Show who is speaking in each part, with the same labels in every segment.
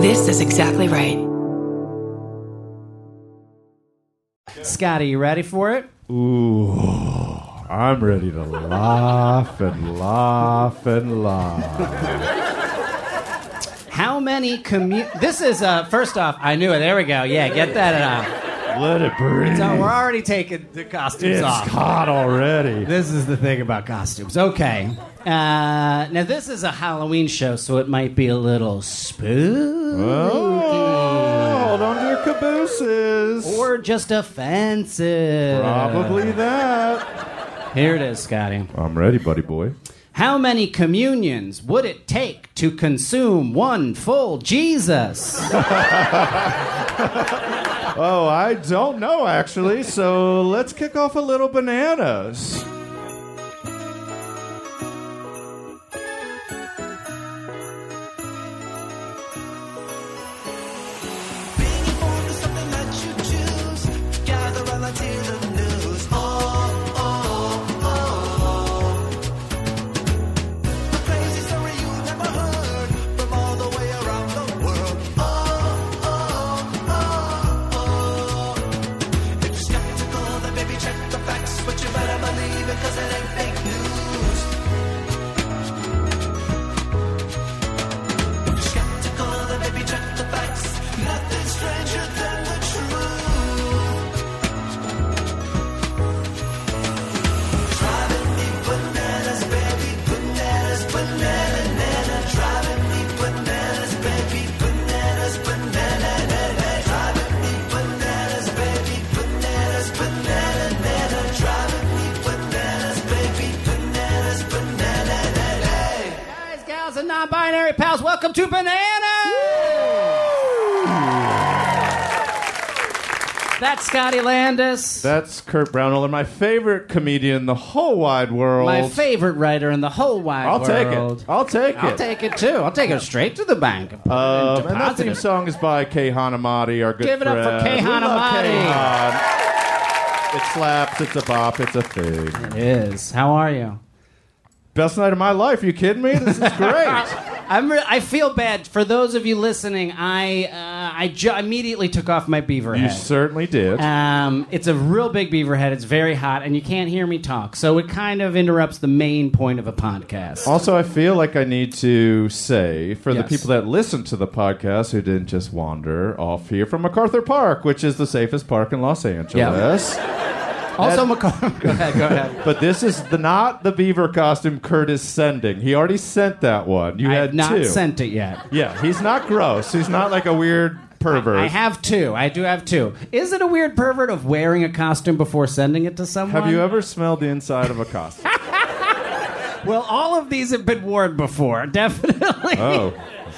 Speaker 1: This is exactly right.
Speaker 2: Scotty, you ready for it?
Speaker 3: Ooh, I'm ready to laugh and laugh and laugh.
Speaker 2: How many commu- This is uh, first off. I knew it. There we go. Yeah, get that out.
Speaker 3: Let it breathe.
Speaker 2: So we're already taking the costumes
Speaker 3: it's
Speaker 2: off.
Speaker 3: hot already.
Speaker 2: This is the thing about costumes. Okay. Uh, now, this is a Halloween show, so it might be a little spooky.
Speaker 3: Oh, hold on to your cabooses.
Speaker 2: Or just offensive.
Speaker 3: Probably that.
Speaker 2: Here it is, Scotty.
Speaker 3: I'm ready, buddy boy.
Speaker 2: How many communions would it take to consume one full Jesus?
Speaker 3: Oh, I don't know actually. So let's kick off a little bananas.
Speaker 2: Guys, gals, and non binary pals, welcome to Bananas! That's Scotty Landis.
Speaker 3: That's Kurt Brownell and my favorite comedian in the whole wide world.
Speaker 2: my favorite writer in the whole wide
Speaker 3: I'll take
Speaker 2: world.
Speaker 3: it. I'll take
Speaker 2: I'll
Speaker 3: it.
Speaker 2: take it too. I'll take it straight to the bank. and put it in
Speaker 3: Um, and that
Speaker 2: deposit
Speaker 3: theme
Speaker 2: it.
Speaker 3: song is by Kay Hanamati, our good
Speaker 2: Give it up for
Speaker 3: friend.
Speaker 2: Kay
Speaker 3: We love
Speaker 2: Hanamati.
Speaker 3: Kay Han. It slaps, it's a bop, it's a thing.
Speaker 2: It is. How are you?
Speaker 3: Best night of my life, you kidding me? This is great.
Speaker 2: I'm re- I feel bad for those of you listening. I uh, I ju- immediately took off my beaver
Speaker 3: you
Speaker 2: head.
Speaker 3: certainly did.
Speaker 2: Um, it's a real big beaver head. It's very hot, and you can't hear me talk, so it kind of interrupts the main point of a podcast.
Speaker 3: Also, I feel like I need to say for the
Speaker 2: Yes.
Speaker 3: people that listen to the podcast who didn't just wander off here from MacArthur Park, which is the safest park in Los Angeles.
Speaker 2: also, Macar- go ahead. Go ahead.
Speaker 3: But this is the, not the beaver costume Kurt is sending. He already sent that one. You
Speaker 2: I
Speaker 3: had
Speaker 2: have not
Speaker 3: two.
Speaker 2: sent it yet.
Speaker 3: Yeah, he's not gross. He's not like a weird pervert.
Speaker 2: I have two. I do have two. Is it a weird pervert of wearing a costume before sending it to someone?
Speaker 3: Have you ever smelled the inside of a costume?
Speaker 2: Well, all of these have been worn before, definitely.
Speaker 3: oh,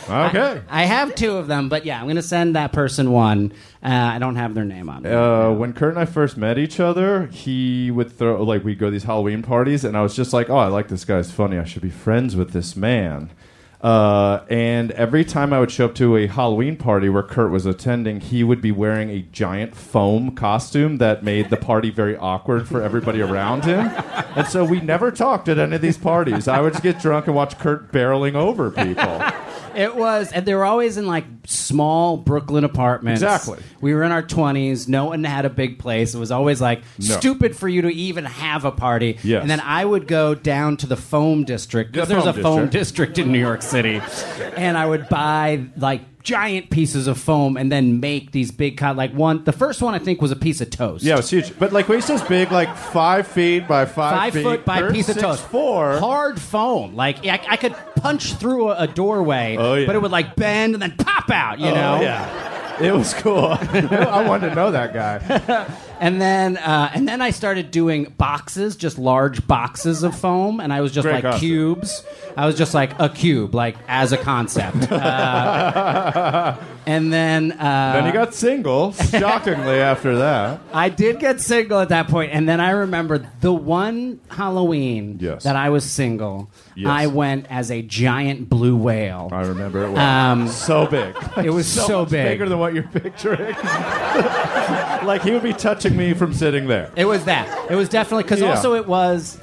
Speaker 3: okay.
Speaker 2: I have two of them, but yeah, I'm going to send that person one. Uh, I don't have their name on it.
Speaker 3: Uh, when Kurt and I first met each other, he would throw like we'd go to these Halloween parties, and I was just like, "Oh, I like this guy. It's funny. I should be friends with this man." Uh, and every time I would show up to a Halloween party where Kurt was attending, he would be wearing a giant foam costume that made the party very awkward for everybody around him. And so we never talked at any of these parties. I would just get drunk and watch Kurt barreling over people.
Speaker 2: It was, and they were always in like small Brooklyn apartments.
Speaker 3: Exactly.
Speaker 2: We were in our 20s. No one had a big place. It was always like
Speaker 3: No.
Speaker 2: stupid for you to even have a party.
Speaker 3: Yes.
Speaker 2: And then I would go down to the foam district because
Speaker 3: The
Speaker 2: there's a
Speaker 3: foam
Speaker 2: foam district in New York City. and I would buy like giant pieces of foam and then make these big, co- like one, the first one I think was a piece of toast.
Speaker 3: Yeah, it was huge. But like when he says big, like five feet by five,
Speaker 2: Five
Speaker 3: feet,
Speaker 2: foot by
Speaker 3: Kurt's
Speaker 2: piece of
Speaker 3: six
Speaker 2: toast.
Speaker 3: Four.
Speaker 2: Hard foam. Like, I, I could punch through a, a doorway,
Speaker 3: Oh, yeah.
Speaker 2: but it would like bend and then pop out, you
Speaker 3: Oh,
Speaker 2: know?
Speaker 3: yeah. It was cool. I wanted to know that guy.
Speaker 2: And then, uh, and then I started doing boxes, just large boxes of foam, and I was just
Speaker 3: Great
Speaker 2: like
Speaker 3: concept.
Speaker 2: cubes. I was just like a cube, like as a concept. Uh, and then, uh,
Speaker 3: Then he got single, shockingly, after that.
Speaker 2: I did get single at that point, and then I remember the one Halloween
Speaker 3: Yes.
Speaker 2: that I was single.
Speaker 3: Yes.
Speaker 2: I went as a giant blue whale.
Speaker 3: I remember it was
Speaker 2: Um,
Speaker 3: so big.
Speaker 2: it was so
Speaker 3: much
Speaker 2: big.
Speaker 3: Bigger than what you're picturing. like he would be touching me from sitting there.
Speaker 2: It was that. It was definitely because
Speaker 3: Yeah.
Speaker 2: also it was.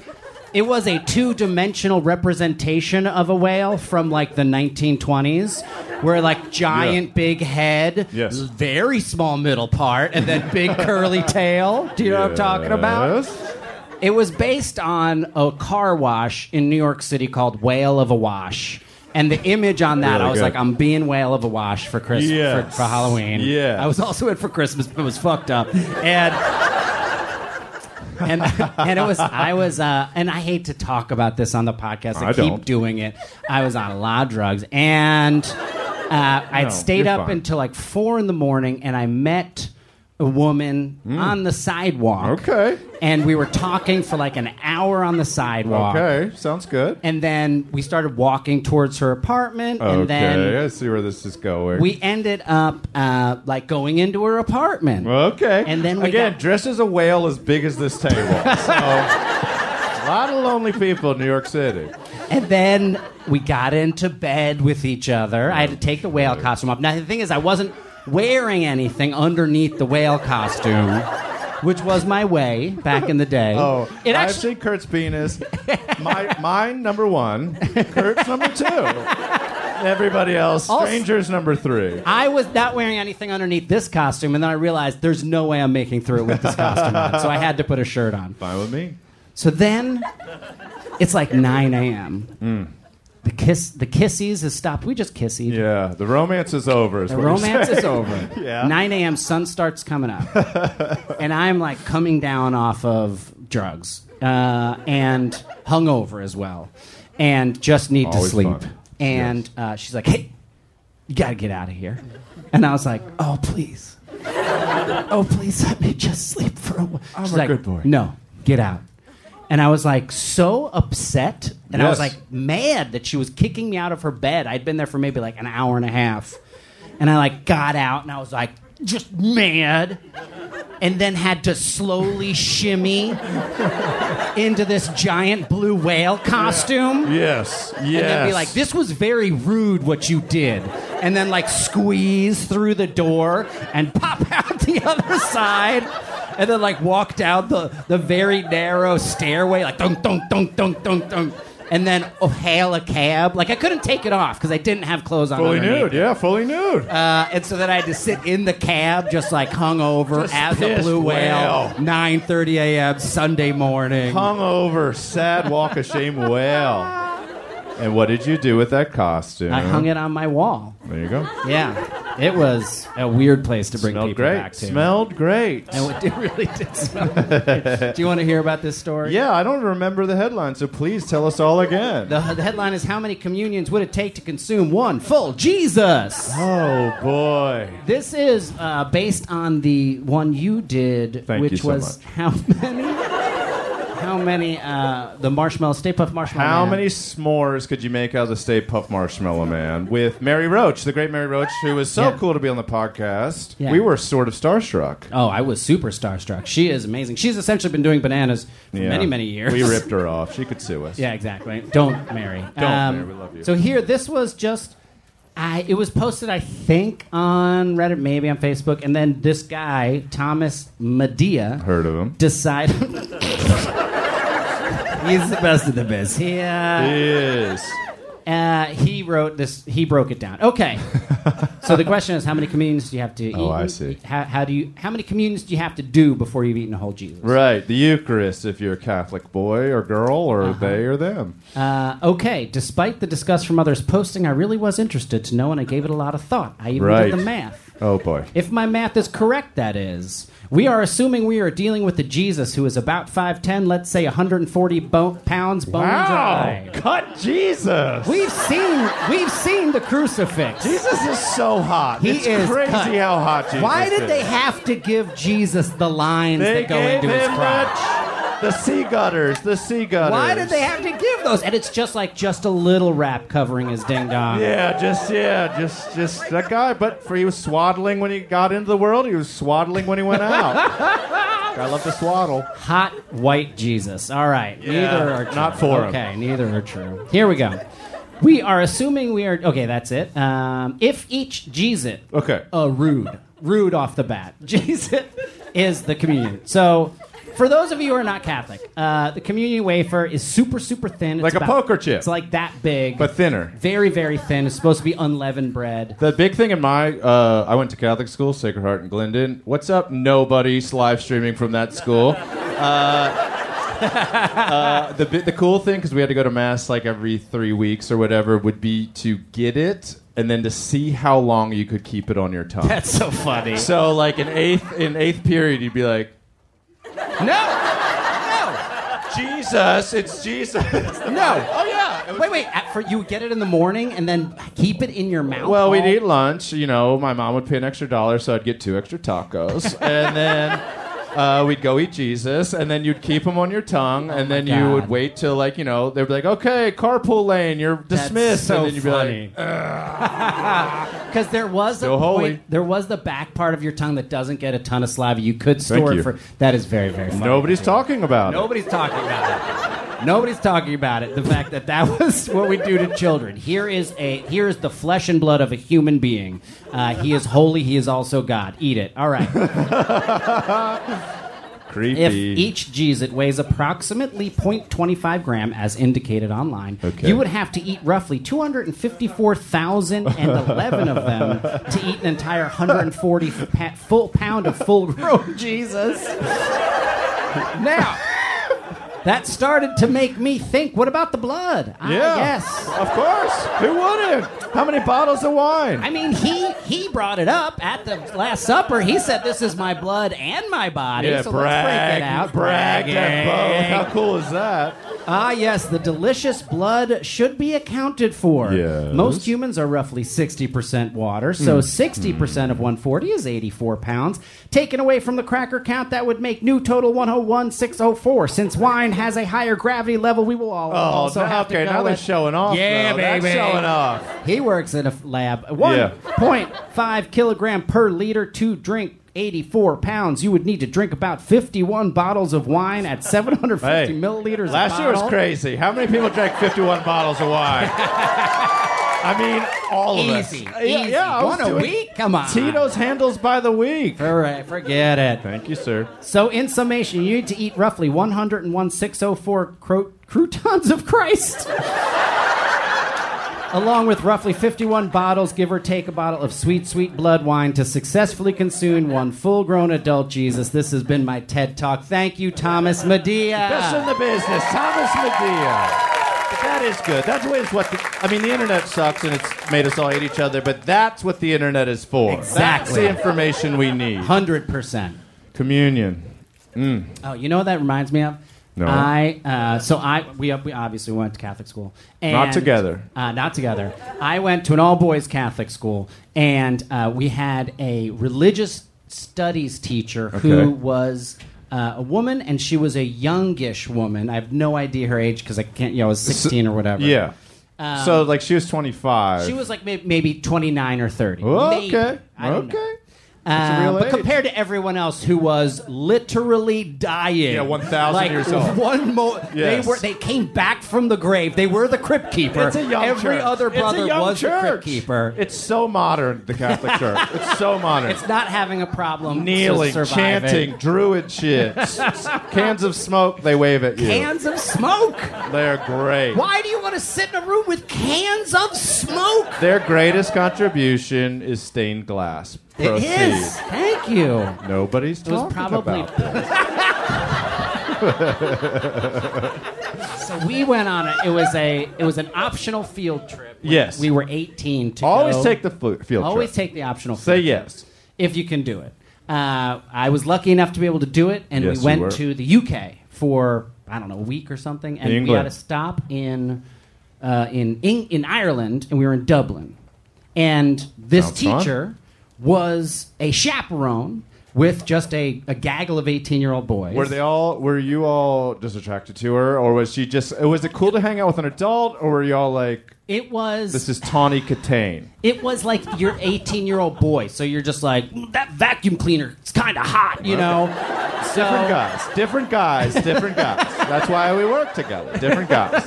Speaker 2: It was a two-dimensional representation of a whale from like the 1920s, where like giant big head,
Speaker 3: Yes.
Speaker 2: very small middle part, and then big curly tail. Do you know what I'm talking about?
Speaker 3: Yes.
Speaker 2: It was based on a car wash in New York City called Whale of a Wash. And the image on that,
Speaker 3: Really
Speaker 2: I was
Speaker 3: good.
Speaker 2: like, I'm being Whale of a Wash for Christmas
Speaker 3: Yes.
Speaker 2: for, for Halloween.
Speaker 3: Yeah.
Speaker 2: I was also in for Christmas, but it was fucked up. And and and it was I was uh, and I hate to talk about this on the podcast. I,
Speaker 3: I
Speaker 2: keep
Speaker 3: don't.
Speaker 2: doing it. I was on a lot of drugs and uh,
Speaker 3: No,
Speaker 2: I'd stayed
Speaker 3: you're
Speaker 2: up
Speaker 3: fine.
Speaker 2: until like four in the morning and I met a woman on the sidewalk.
Speaker 3: Hmm. Okay.
Speaker 2: And we were talking for like an hour on the sidewalk.
Speaker 3: Okay. Sounds good.
Speaker 2: And then we started walking towards her apartment
Speaker 3: Okay.
Speaker 2: and then
Speaker 3: I see where this is going.
Speaker 2: we ended up uh, like going into her apartment.
Speaker 3: okay.
Speaker 2: And then we
Speaker 3: again,
Speaker 2: got-
Speaker 3: dressed as a whale as big as this table. so a lot of lonely people in New York City.
Speaker 2: And then we got into bed with each other. I had to take the whale costume off. Now, the thing is, I wasn't wearing anything underneath the whale costume, which was my way back in the day.
Speaker 3: Oh,
Speaker 2: it
Speaker 3: I've
Speaker 2: actually.
Speaker 3: seen Kurt's penis. My mine number one, Kurt's number two. Everybody else,
Speaker 2: Also-
Speaker 3: strangers number three.
Speaker 2: I was not wearing anything underneath this costume, and then I realized there's no way I'm making through with this costume on, so I had to put a shirt on.
Speaker 3: Fine with me.
Speaker 2: So then, it's like 9 a.m. The kiss, the kissies has stopped. We just kissied.
Speaker 3: Mm. Yeah, the romance is over. Is
Speaker 2: The
Speaker 3: what you're
Speaker 2: romance
Speaker 3: saying.
Speaker 2: is over.
Speaker 3: Yeah.
Speaker 2: 9 a.m. sun starts coming up, and I'm like coming down off of drugs uh, and hungover as well, and just need to
Speaker 3: Always
Speaker 2: sleep.
Speaker 3: fun.
Speaker 2: And uh, she's like, "Hey, you gotta get out of here," and I was like, "Oh please, oh please, let me just sleep for a while."
Speaker 3: I'm
Speaker 2: she's
Speaker 3: a
Speaker 2: like,
Speaker 3: good boy.
Speaker 2: No, get out. And I was like so upset, and I was
Speaker 3: Yes.
Speaker 2: like mad that she was kicking me out of her bed. I'd been there for maybe like an hour and a half. And I like got out and I was like just mad and then had to slowly shimmy into this giant blue whale costume.
Speaker 3: Yes. Yes.
Speaker 2: And then be like, this was very rude what you did. And then like squeeze through the door and pop out the other side. And then like walk down the, the very narrow stairway, like dunk, dunk, dunk, dunk, dunk, dunk. And then oh, hail a cab. Like I couldn't take it off because I didn't have clothes on.
Speaker 3: fully
Speaker 2: underneath.
Speaker 3: nude. Yeah, fully nude.
Speaker 2: Uh, and so then I had to sit in the cab, just like hungover
Speaker 3: Just
Speaker 2: as a
Speaker 3: pissed
Speaker 2: blue whale,
Speaker 3: whale.
Speaker 2: 9:30 a.m. Sunday morning.
Speaker 3: Hungover, sad walk of shame whale. And what did you do with that costume?
Speaker 2: I hung it on my wall.
Speaker 3: There you go.
Speaker 2: Yeah, it was a weird place to bring
Speaker 3: Smelled
Speaker 2: people
Speaker 3: great.
Speaker 2: back to.
Speaker 3: Smelled great.
Speaker 2: And it did- really did smell. great. Do you want to hear about this story?
Speaker 3: Yeah, I don't remember the headline, so please tell us all again.
Speaker 2: The, the headline is How many communions would it take to consume one full Jesus?
Speaker 3: oh boy.
Speaker 2: This is uh, based on the one you did,
Speaker 3: Thank
Speaker 2: which
Speaker 3: you so
Speaker 2: was
Speaker 3: much.
Speaker 2: how many? How many? Uh, the marshmallow, Stay Puft Marshmallow.
Speaker 3: How
Speaker 2: Oh, Man.
Speaker 3: many s'mores could you make out of the Stay Puff Marshmallow Man with Mary Roach, the great Mary Roach, who was so
Speaker 2: Yeah.
Speaker 3: cool to be on the podcast?
Speaker 2: Yeah.
Speaker 3: We were sort of starstruck.
Speaker 2: Oh, I was super starstruck. She is amazing. She's essentially been doing bananas for
Speaker 3: Yeah.
Speaker 2: many, many years.
Speaker 3: We ripped her off. She could sue us.
Speaker 2: Yeah, exactly. Don't marry. Don't
Speaker 3: marry. We love you.
Speaker 2: So here, this was just, I it was posted, I think, on Reddit, maybe on Facebook, and then this guy Thomas Medea
Speaker 3: Heard of him.
Speaker 2: decided. He's the best of the best. He, uh,
Speaker 3: Yes.
Speaker 2: uh, he wrote this. He broke it down. Okay. so the question is, how many communions do you have to eat?
Speaker 3: Oh, I see.
Speaker 2: How, how do you? How many communions do you have to do before you've eaten a whole Jesus?
Speaker 3: Right. The Eucharist, if you're a Catholic boy or girl or
Speaker 2: Uh-huh.
Speaker 3: they or them.
Speaker 2: Uh, okay, despite the disgust from others posting, I really was interested to know and I gave it a lot of thought. I even
Speaker 3: Right.
Speaker 2: did the math.
Speaker 3: Oh, boy.
Speaker 2: If my math is correct, that is. We are assuming we are dealing with a Jesus who is about 5'10, let's say 140 bo- pounds bone dry.
Speaker 3: Cut Jesus.
Speaker 2: We've seen, we've seen the crucifix.
Speaker 3: Jesus is so hot.
Speaker 2: He
Speaker 3: it's
Speaker 2: is
Speaker 3: crazy
Speaker 2: cut.
Speaker 3: how hot Jesus
Speaker 2: Why
Speaker 3: is.
Speaker 2: did they have to give Jesus the lines
Speaker 3: They
Speaker 2: that go
Speaker 3: gave
Speaker 2: into his
Speaker 3: him
Speaker 2: cross?
Speaker 3: the, the sea gutters. The sea gutters.
Speaker 2: Why did they have to give those? And it's just like just a little wrap covering his ding dong.
Speaker 3: Yeah, just yeah, just just that guy. But for he was swaddling when he got into the world. He was swaddling when he went out. I love to swaddle.
Speaker 2: Hot white Jesus. All right.
Speaker 3: Yeah,
Speaker 2: neither are true.
Speaker 3: not for 'em.
Speaker 2: Okay, neither are true. Here we go. We are assuming we are. Okay, that's it. Um, if each Jesus.
Speaker 3: Okay.
Speaker 2: Uh, rude. Rude off the bat. Jesus is the communion. So for those of you who are not Catholic, uh, the communion wafer is super, super thin. It's
Speaker 3: Like a poker chip.
Speaker 2: It's like that big,
Speaker 3: but thinner.
Speaker 2: very, very thin. It's supposed to be unleavened bread.
Speaker 3: The big thing in my, uh, I went to Catholic school, Sacred Heart in Glendon. What's up, nobody's live streaming from that school? Uh, uh, the bi- the cool thing, because we had to go to mass like every three weeks or whatever, would be to get it and then to see how long you could keep it on your tongue.
Speaker 2: That's so funny.
Speaker 3: so like in eighth in eighth period, you'd be like,
Speaker 2: no,
Speaker 3: Jesus, it's Jesus.
Speaker 2: no.
Speaker 3: oh yeah.
Speaker 2: Wait, wait. At, for, you get it in the morning and then keep it in your mouth.
Speaker 3: Well, we'd
Speaker 2: all-
Speaker 3: eat lunch. You know, my mom would pay an extra dollar, so I'd get two extra tacos, and then uh, we'd go eat Jesus, and then you'd keep them on your tongue, and then you
Speaker 2: Oh God.
Speaker 3: would wait till like you know they'd be like, okay, carpool lane, you're
Speaker 2: That's
Speaker 3: dismissed,
Speaker 2: so
Speaker 3: and then you'd be like,
Speaker 2: funny. Because there was
Speaker 3: Still
Speaker 2: a point,
Speaker 3: holy.
Speaker 2: there was the back part of your tongue that doesn't get a ton of saliva. You could
Speaker 3: Thank
Speaker 2: store
Speaker 3: you.
Speaker 2: it for. That is very, very funny.
Speaker 3: nobody's talking about it.
Speaker 2: Nobody's talking about it. Nobody's talking about it. The fact that that was what we do to children. Here is a here is the flesh and blood of a human being. Uh, he is holy. He is also God. Eat it. All right.
Speaker 3: Creepy.
Speaker 2: If each cheese it weighs approximately 0.25 gram, as indicated online,
Speaker 3: Okay.
Speaker 2: you would have to eat roughly 254,011 of them to eat an entire 140 pa- full pound of full-grown Jesus. Now. That started to make me think. What about the blood? Ah, I
Speaker 3: yeah,
Speaker 2: guess.
Speaker 3: of course. Who wouldn't? How many bottles of wine?
Speaker 2: I mean, he he brought it up at the Last Supper. He said, "This is my blood and my body."
Speaker 3: yeah,
Speaker 2: so let's break
Speaker 3: brag,
Speaker 2: it out.
Speaker 3: brag, that boat.
Speaker 2: Bragging.
Speaker 3: How cool is that?
Speaker 2: Ah, yes, the delicious blood should be accounted for.
Speaker 3: Yes. Hmm.
Speaker 2: Most humans are roughly 60% water, so 60% of 140 is 84 pounds. Taken away from the cracker count, that would make new total 101,604. Since wine has a higher gravity level, we will all
Speaker 3: Oh,
Speaker 2: also
Speaker 3: now-
Speaker 2: have to
Speaker 3: okay,
Speaker 2: go
Speaker 3: now they're
Speaker 2: at-
Speaker 3: showing off.
Speaker 2: Yeah,
Speaker 3: though. That's
Speaker 2: baby.
Speaker 3: showing off.
Speaker 2: He works in a f- lab.
Speaker 3: Yeah.
Speaker 2: 1.5 kilogram per liter to drink. 84 pounds. You would need to drink about 51 bottles of wine at 750 milliliters. a
Speaker 3: Last year was
Speaker 2: bottle.
Speaker 3: crazy. How many people drank 51 bottles of wine? I mean, all of us.
Speaker 2: Easy.
Speaker 3: Yeah,
Speaker 2: Easy.
Speaker 3: yeah, I was
Speaker 2: One a
Speaker 3: doing
Speaker 2: week? Come on.
Speaker 3: Tito's handles by the week.
Speaker 2: All right, forget it.
Speaker 3: Thank you, sir.
Speaker 2: So, in summation, you need to eat roughly 101,604 cro- croutons of Christ. Along with roughly 51 bottles, give or take a bottle of sweet, sweet blood wine to successfully consume one full grown adult Jesus. This has been my TED Talk. Thank you, Thomas
Speaker 3: Best in
Speaker 2: Medea.
Speaker 3: the business, Thomas Medea. But That is good. That's what is what the, I mean. The internet sucks, and it's made us all hate each other. But that's what the internet is for. That's
Speaker 2: Exactly.
Speaker 3: the information we need.
Speaker 2: 100%.
Speaker 3: Communion.
Speaker 2: Oh, you know what that reminds me of?
Speaker 3: No.
Speaker 2: I uh, so I we, we obviously went to Catholic school. And,
Speaker 3: Not together.
Speaker 2: Uh, not together. I went to an all boys Catholic school, and uh, we had a religious studies teacher
Speaker 3: Okay.
Speaker 2: who was. Uh, a woman, and she was a youngish woman. I have no idea her age because I can't. You know, I was sixteen or whatever.
Speaker 3: Yeah.
Speaker 2: Um,
Speaker 3: so like she was 25.
Speaker 2: she was like maybe, maybe twenty nine or thirty.
Speaker 3: Oh, okay.
Speaker 2: Maybe. I don't
Speaker 3: okay.
Speaker 2: know.
Speaker 3: That's a
Speaker 2: Um,
Speaker 3: real
Speaker 2: but
Speaker 3: age.
Speaker 2: compared to everyone else who was literally dying,
Speaker 3: Yeah, 1,000
Speaker 2: Like,
Speaker 3: years old.
Speaker 2: One more,
Speaker 3: Yes.
Speaker 2: they were they came back from the grave. They were the crypt keeper.
Speaker 3: It's a young
Speaker 2: Every
Speaker 3: church.
Speaker 2: other
Speaker 3: It's a
Speaker 2: brother
Speaker 3: young
Speaker 2: was the
Speaker 3: church.
Speaker 2: crypt keeper.
Speaker 3: It's so modern, the Catholic Church. It's so modern.
Speaker 2: It's not having a problem
Speaker 3: Kneeling,
Speaker 2: to survive it.
Speaker 3: chanting, druid shit, S- s- cans of smoke. They wave at you.
Speaker 2: Cans of smoke.
Speaker 3: They're great.
Speaker 2: Why do you want to sit in a room with cans of smoke?
Speaker 3: Their greatest contribution is stained glass. Proceed.
Speaker 2: It is. Thank you.
Speaker 3: Nobody's
Speaker 2: It was
Speaker 3: talking
Speaker 2: probably.
Speaker 3: about. it.
Speaker 2: so we went on it. It was a. It was an optional field trip. when
Speaker 3: Yes.
Speaker 2: we were 18. To
Speaker 3: Always
Speaker 2: go.
Speaker 3: take the flu- field
Speaker 2: Always
Speaker 3: trip.
Speaker 2: take the optional. field
Speaker 3: Say
Speaker 2: trip.
Speaker 3: yes.
Speaker 2: if you can do it. Uh, I was lucky enough to be able to do it, and
Speaker 3: Yes, you
Speaker 2: we went
Speaker 3: were.
Speaker 2: to the UK for I don't know a week or something, and we
Speaker 3: England.
Speaker 2: had a stop in uh, in Eng- in Ireland, and we were in Dublin, and this
Speaker 3: Sounds fun.
Speaker 2: teacher was a chaperone with just a, a gaggle of eighteen year old boys.
Speaker 3: Were they all? Were you all just attracted to her, or was she just? Was it cool to hang out with an adult, or were you all like,
Speaker 2: It was
Speaker 3: "This is Tawny Catane"?
Speaker 2: It was like your 18 year old boy. So you're just like, "Mm, that vacuum cleaner is kind of hot, you know? So,
Speaker 3: Different guys, different guys, different guys. That's why we work together. Different guys.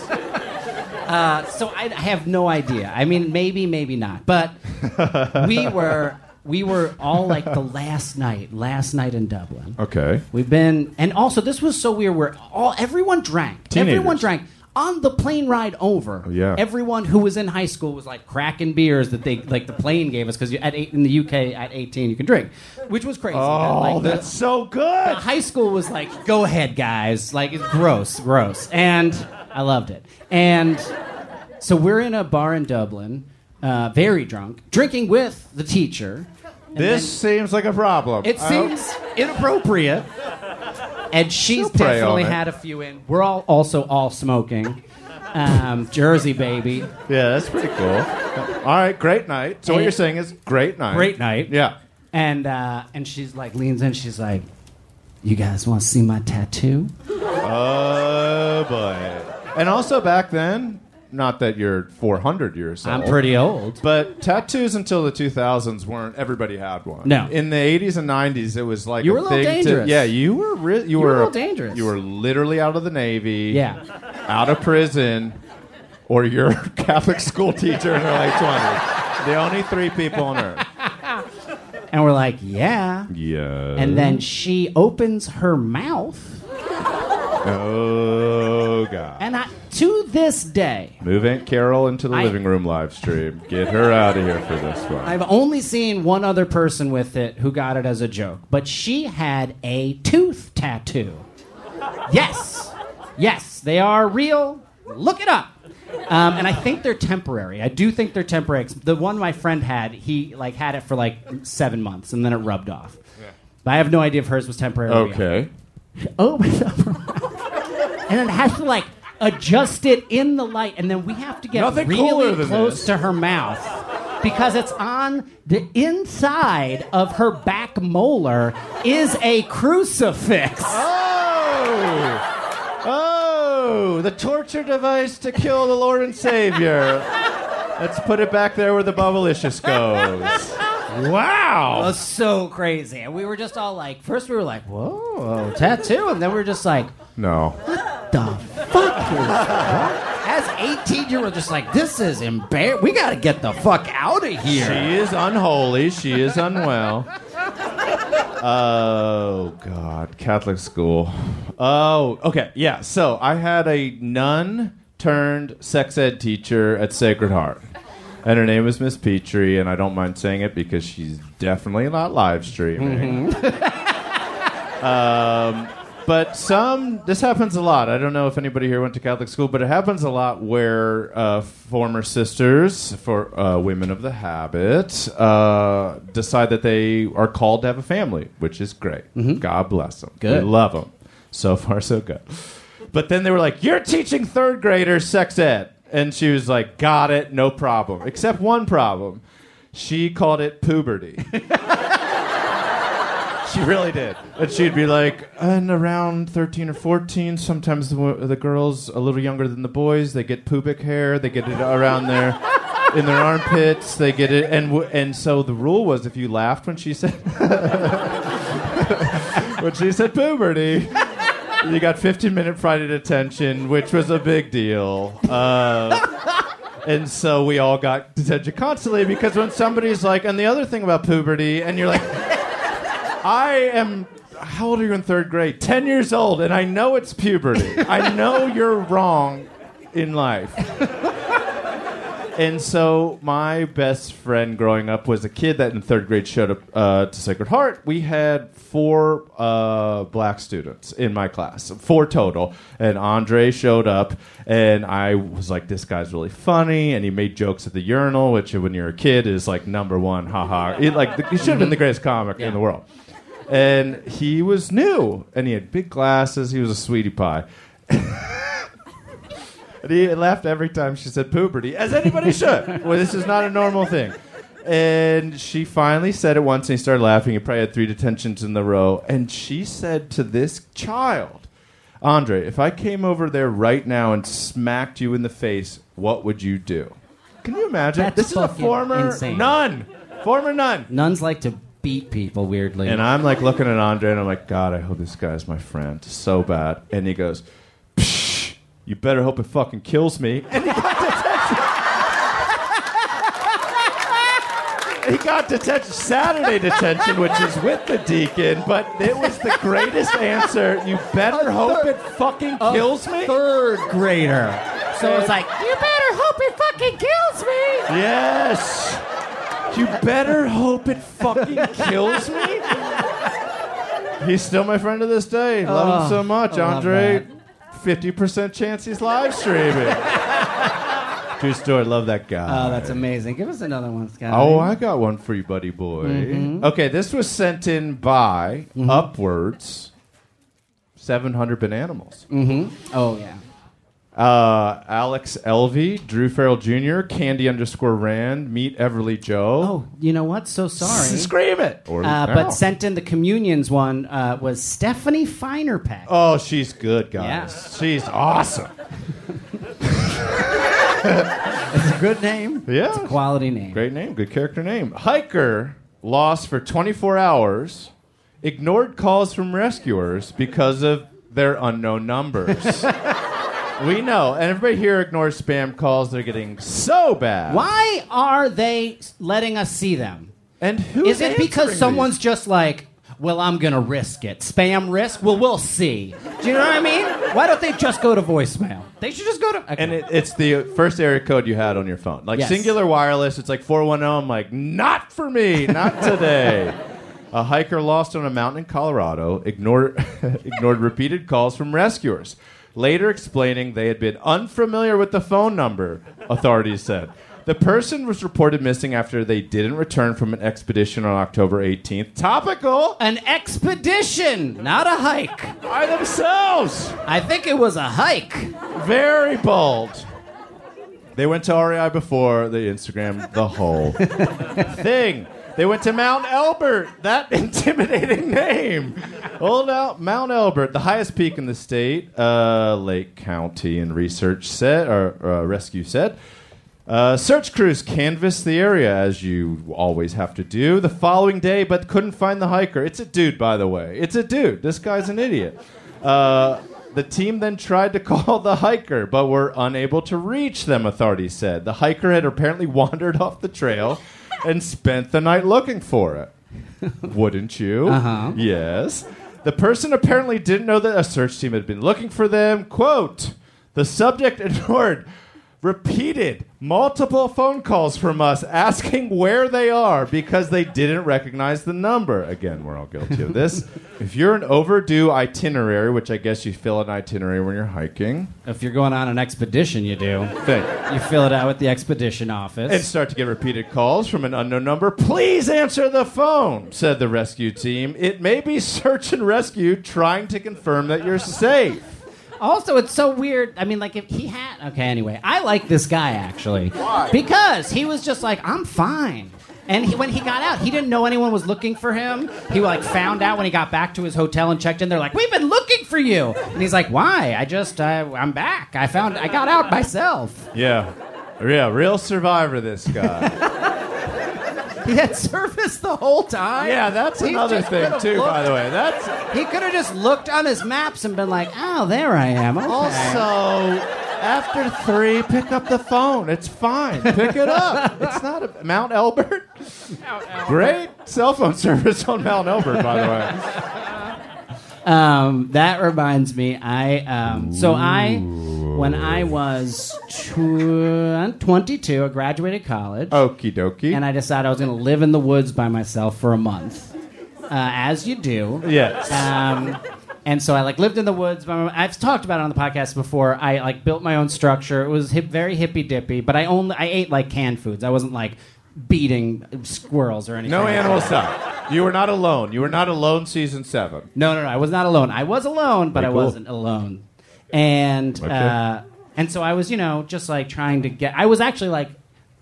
Speaker 2: so I, I have no idea. I mean, maybe, maybe not. But we were we were all like the last night, last night in Dublin.
Speaker 3: Okay.
Speaker 2: We've been, and also this was so weird. Where all everyone drank,
Speaker 3: Teenagers. Oh,
Speaker 2: everyone drank on the plane ride over.
Speaker 3: yeah.
Speaker 2: everyone who was in high school was like cracking beers that they like the plane gave us because at eight in the UK at eighteen you can drink, which was crazy. And,
Speaker 3: Oh,
Speaker 2: like, the-
Speaker 3: that's so good.
Speaker 2: the high school was like, go ahead, guys. Like, it's gross, gross. And I loved it. And so we're in a bar in Dublin, uh, very drunk, drinking with the teacher. And
Speaker 3: This
Speaker 2: then-
Speaker 3: seems like a problem.
Speaker 2: it
Speaker 3: I hope-
Speaker 2: seems inappropriate. And she's
Speaker 3: She'll prey on
Speaker 2: definitely
Speaker 3: it.
Speaker 2: had a few in. We're all also all smoking. Um, Jersey, baby.
Speaker 3: Yeah, that's pretty cool. All right, great night. So what
Speaker 2: And-
Speaker 3: you're saying is great night.
Speaker 2: Great night.
Speaker 3: Yeah.
Speaker 2: And uh, and she's like leans in. She's like, "You guys want to see my tattoo?"
Speaker 3: Oh boy. And also back then, not that you're 400 years old.
Speaker 2: I'm pretty old.
Speaker 3: But tattoos until the 2000s weren't everybody had one.
Speaker 2: No.
Speaker 3: In the 80s and 90s, it was like
Speaker 2: You
Speaker 3: a
Speaker 2: were a little
Speaker 3: thing to-
Speaker 2: dangerous.
Speaker 3: yeah, you were re- you,
Speaker 2: were a
Speaker 3: were
Speaker 2: little dangerous.
Speaker 3: You were literally out of the navy.
Speaker 2: Yeah.
Speaker 3: Out of prison, or you're a Catholic school teacher in her late 20s. The only three people on earth.
Speaker 2: And we're like, yeah.
Speaker 3: Yeah.
Speaker 2: And then she opens her mouth.
Speaker 3: Oh god.
Speaker 2: And I, to this day,
Speaker 3: Move Aunt Carol into the
Speaker 2: I-
Speaker 3: living room live stream. Get her out of here for this one.
Speaker 2: I've only seen one other person with it who got it as a joke. But she had a tooth tattoo. Yes. Yes, they are real. Look it up. Um, and I think they're temporary. I do think they're temporary. The one my friend had, he like had it for like seven months, and then it rubbed off. But I have no idea if hers was temporary. or not.
Speaker 3: okay.
Speaker 2: opens up her mouth, Oh. and then has to like adjust it in the light, and then we have to get
Speaker 3: Nothing cooler
Speaker 2: really
Speaker 3: than
Speaker 2: close
Speaker 3: this.
Speaker 2: to her mouth because it's on the inside of her back molar is a crucifix.
Speaker 3: Oh. Oh, the torture device to kill the Lord and Savior. Let's put it back there where the bubblicious goes.
Speaker 2: That
Speaker 3: Wow.
Speaker 2: was so crazy, and we were just all like, first we were like, whoa, tattoo, and then we were just like.
Speaker 3: No.
Speaker 2: the fuck is that? As 18 year olds, just like, this is embarrassing. We gotta get the fuck out of
Speaker 3: She
Speaker 2: here.
Speaker 3: is unholy. She is unwell. Oh God, Catholic school. Oh, okay, yeah. So I had a nun turned sex ed teacher at Sacred Heart, and her name was Miss Petrie, and I don't mind saying it because she's definitely not live streaming. um, but some this happens a lot. I don't know if anybody here went to Catholic school, but it happens a lot where uh, former sisters for uh, women of the habit uh, decide that they are called to have a family, which is great. God bless them.
Speaker 2: Good.
Speaker 3: We love them. So far, so good. But then they were like, "You're teaching third graders sex ed," and she was like, "Got it, no problem." Except one problem. She called it puberty. She really did. And she'd be like, and around 13 or 14, sometimes the, wo- the girls, a little younger than the boys, they get pubic hair, they get it around their, in their armpits, they get it. And, w- and so the rule was if you laughed when she said, when she said puberty, you got 15 minute Friday detention, which was a big deal. Uh, And so we all got detention constantly because when somebody's like, and the other thing about puberty, and you're like, I am, how old are you in third grade? 10 years old, and I know it's puberty. I know you're wrong in life. And so my best friend growing up was a kid that in third grade showed up uh, to Sacred Heart. We had four uh, black students in my class, four total. And Andre showed up, and I was like, "This guy's really funny," and he made jokes at the urinal, which when you're a kid is like number one, haha. It, like he should have been the greatest comic
Speaker 2: Yeah.
Speaker 3: in the world. And he was new, and he had big glasses. He was a sweetie pie. And he laughed every time she said puberty, as anybody should. well, this is not a normal thing. And she finally said it once, and he started laughing. He probably had three detentions in the row. And she said to this child, Andre, if I came over there right now and smacked you in the face, what would you do? Can you imagine?
Speaker 2: That's
Speaker 3: this is a
Speaker 2: fucking
Speaker 3: former
Speaker 2: insane.
Speaker 3: nun. Former nun.
Speaker 2: Nuns like to beat people weirdly.
Speaker 3: And I'm like looking at Andre and I'm like, God, I hope this guy's my friend so bad. And he goes, Psh, You better hope it fucking kills me. And he got detention. he got detention Saturday detention, which is with the deacon. But it was the greatest answer. You better hope it fucking
Speaker 2: A
Speaker 3: kills me.
Speaker 2: Third grader. So it's like, you better hope it fucking kills me.
Speaker 3: Yes. You better hope it fucking kills me. He's still my friend to this day. Love him so much,
Speaker 2: Oh, love
Speaker 3: Andre. Fifty percent chance he's live streaming. True story. Love that guy.
Speaker 2: Oh, that's amazing. Give us another one, Scott.
Speaker 3: Oh, I got one for you, buddy boy.
Speaker 2: Mm-hmm.
Speaker 3: Okay, this was sent in by upwards seven hundred bananimals.
Speaker 2: oh yeah.
Speaker 3: Uh, Alex Elvey, Drew Farrell Jr., Candy underscore Rand, meet Everly Joe.
Speaker 2: Oh, you know what? So sorry.
Speaker 3: Scream it. Or
Speaker 2: Uh,
Speaker 3: now.
Speaker 2: But sent in the communions one uh, was Stephanie Feinerpack.
Speaker 3: Oh, she's good, guys. She's awesome.
Speaker 2: It's a good name.
Speaker 3: Yeah.
Speaker 2: It's a quality name.
Speaker 3: Oh, Great name. Good character name. Hiker lost for 24 hours, ignored calls from rescuers because of their unknown numbers. we know. And everybody here ignores spam calls. They're getting so bad.
Speaker 2: Why are they letting us see them?
Speaker 3: And who
Speaker 2: Is it because someone's just like, well, I'm going to risk it? Spam risk? Well, we'll see. Do you know what I mean? Why don't they just go to voicemail? They should just go to. Okay.
Speaker 3: And it, it's the first area code you had on your phone. Like
Speaker 2: Yes.
Speaker 3: singular wireless, it's like 410. I'm like, not for me, not today. a hiker lost on a mountain in Colorado ignored, ignored repeated calls from rescuers, later explaining they had been unfamiliar with the phone number, authorities said. The person was reported missing after they didn't return from an expedition on October 18th. Topical
Speaker 2: An expedition, not a hike.
Speaker 3: by themselves.
Speaker 2: I think it was a hike.
Speaker 3: Very bold. They went to REI before they Instagram the whole thing. They went to Mount Elbert, that intimidating name. Old Al- Mount Elbert, the highest peak in the state, uh, Lake County, and research said, or uh, rescue said. Uh, search crews canvassed the area as you always have to do the following day, but couldn't find the hiker. It's a dude, by the way. It's a dude. This guy's an idiot. Uh, the team then tried to call the hiker, but were unable to reach them, authorities said. The hiker had apparently wandered off the trail and spent the night looking for it. Wouldn't you? Uh-huh. Yes. The person apparently didn't know that a search team had been looking for them. Quote The subject ignored repeated multiple phone calls from us asking where they are because they didn't recognize the number. Again, we're all guilty of this. if you're an overdue itinerary, which I guess you fill an itinerary when you're hiking,
Speaker 2: If you're going on an expedition, you do.
Speaker 3: thank
Speaker 2: You fill it out with the expedition office.
Speaker 3: and start to get repeated calls from an unknown number. Please answer the phone, said the rescue team. It may be search and rescue trying to confirm that you're safe.
Speaker 2: Also, it's so weird. I mean, like if he had okay. Anyway, I like this guy actually because he was just like, I'm fine. And he, when he got out, he didn't know anyone was looking for him. He like found out when he got back to his hotel and checked in. They're like, "We've been looking for you," and he's like, "Why? I just I, I'm back. I found I got out myself."
Speaker 3: Yeah. Yeah, real survivor, this guy.
Speaker 2: He had service the whole time.
Speaker 3: yeah, that's
Speaker 2: He
Speaker 3: another
Speaker 2: just
Speaker 3: thing,
Speaker 2: could've
Speaker 3: too, by
Speaker 2: looked-
Speaker 3: the way. That's
Speaker 2: He could have just looked on his maps and been like, "Oh, there I am." Okay.
Speaker 3: also after three, pick up the phone. It's fine. Pick it up. It's not a Mount Elbert. Great cell phone service on Mount Elbert, by the way.
Speaker 2: um, that reminds me. I um, so I when I was tw- 22, I graduated college,
Speaker 3: Okie dokie.
Speaker 2: and I decided I was going to live in the woods by myself for a month, uh, as you do.
Speaker 3: yes.
Speaker 2: Um, and so I like lived in the woods. by my- I've talked about it on the podcast before. I like built my own structure. It was hip, very hippy dippy, but I only I ate like canned foods. I wasn't like beating squirrels or anything.
Speaker 3: No
Speaker 2: like that.
Speaker 3: animal stuff. You were not alone. You were not alone. Season seven.
Speaker 2: No, no, no. I was not alone. I was alone, but
Speaker 3: Okay,
Speaker 2: I
Speaker 3: cool.
Speaker 2: wasn't alone. And uh, and so I was, you know, just like trying to get. I was actually like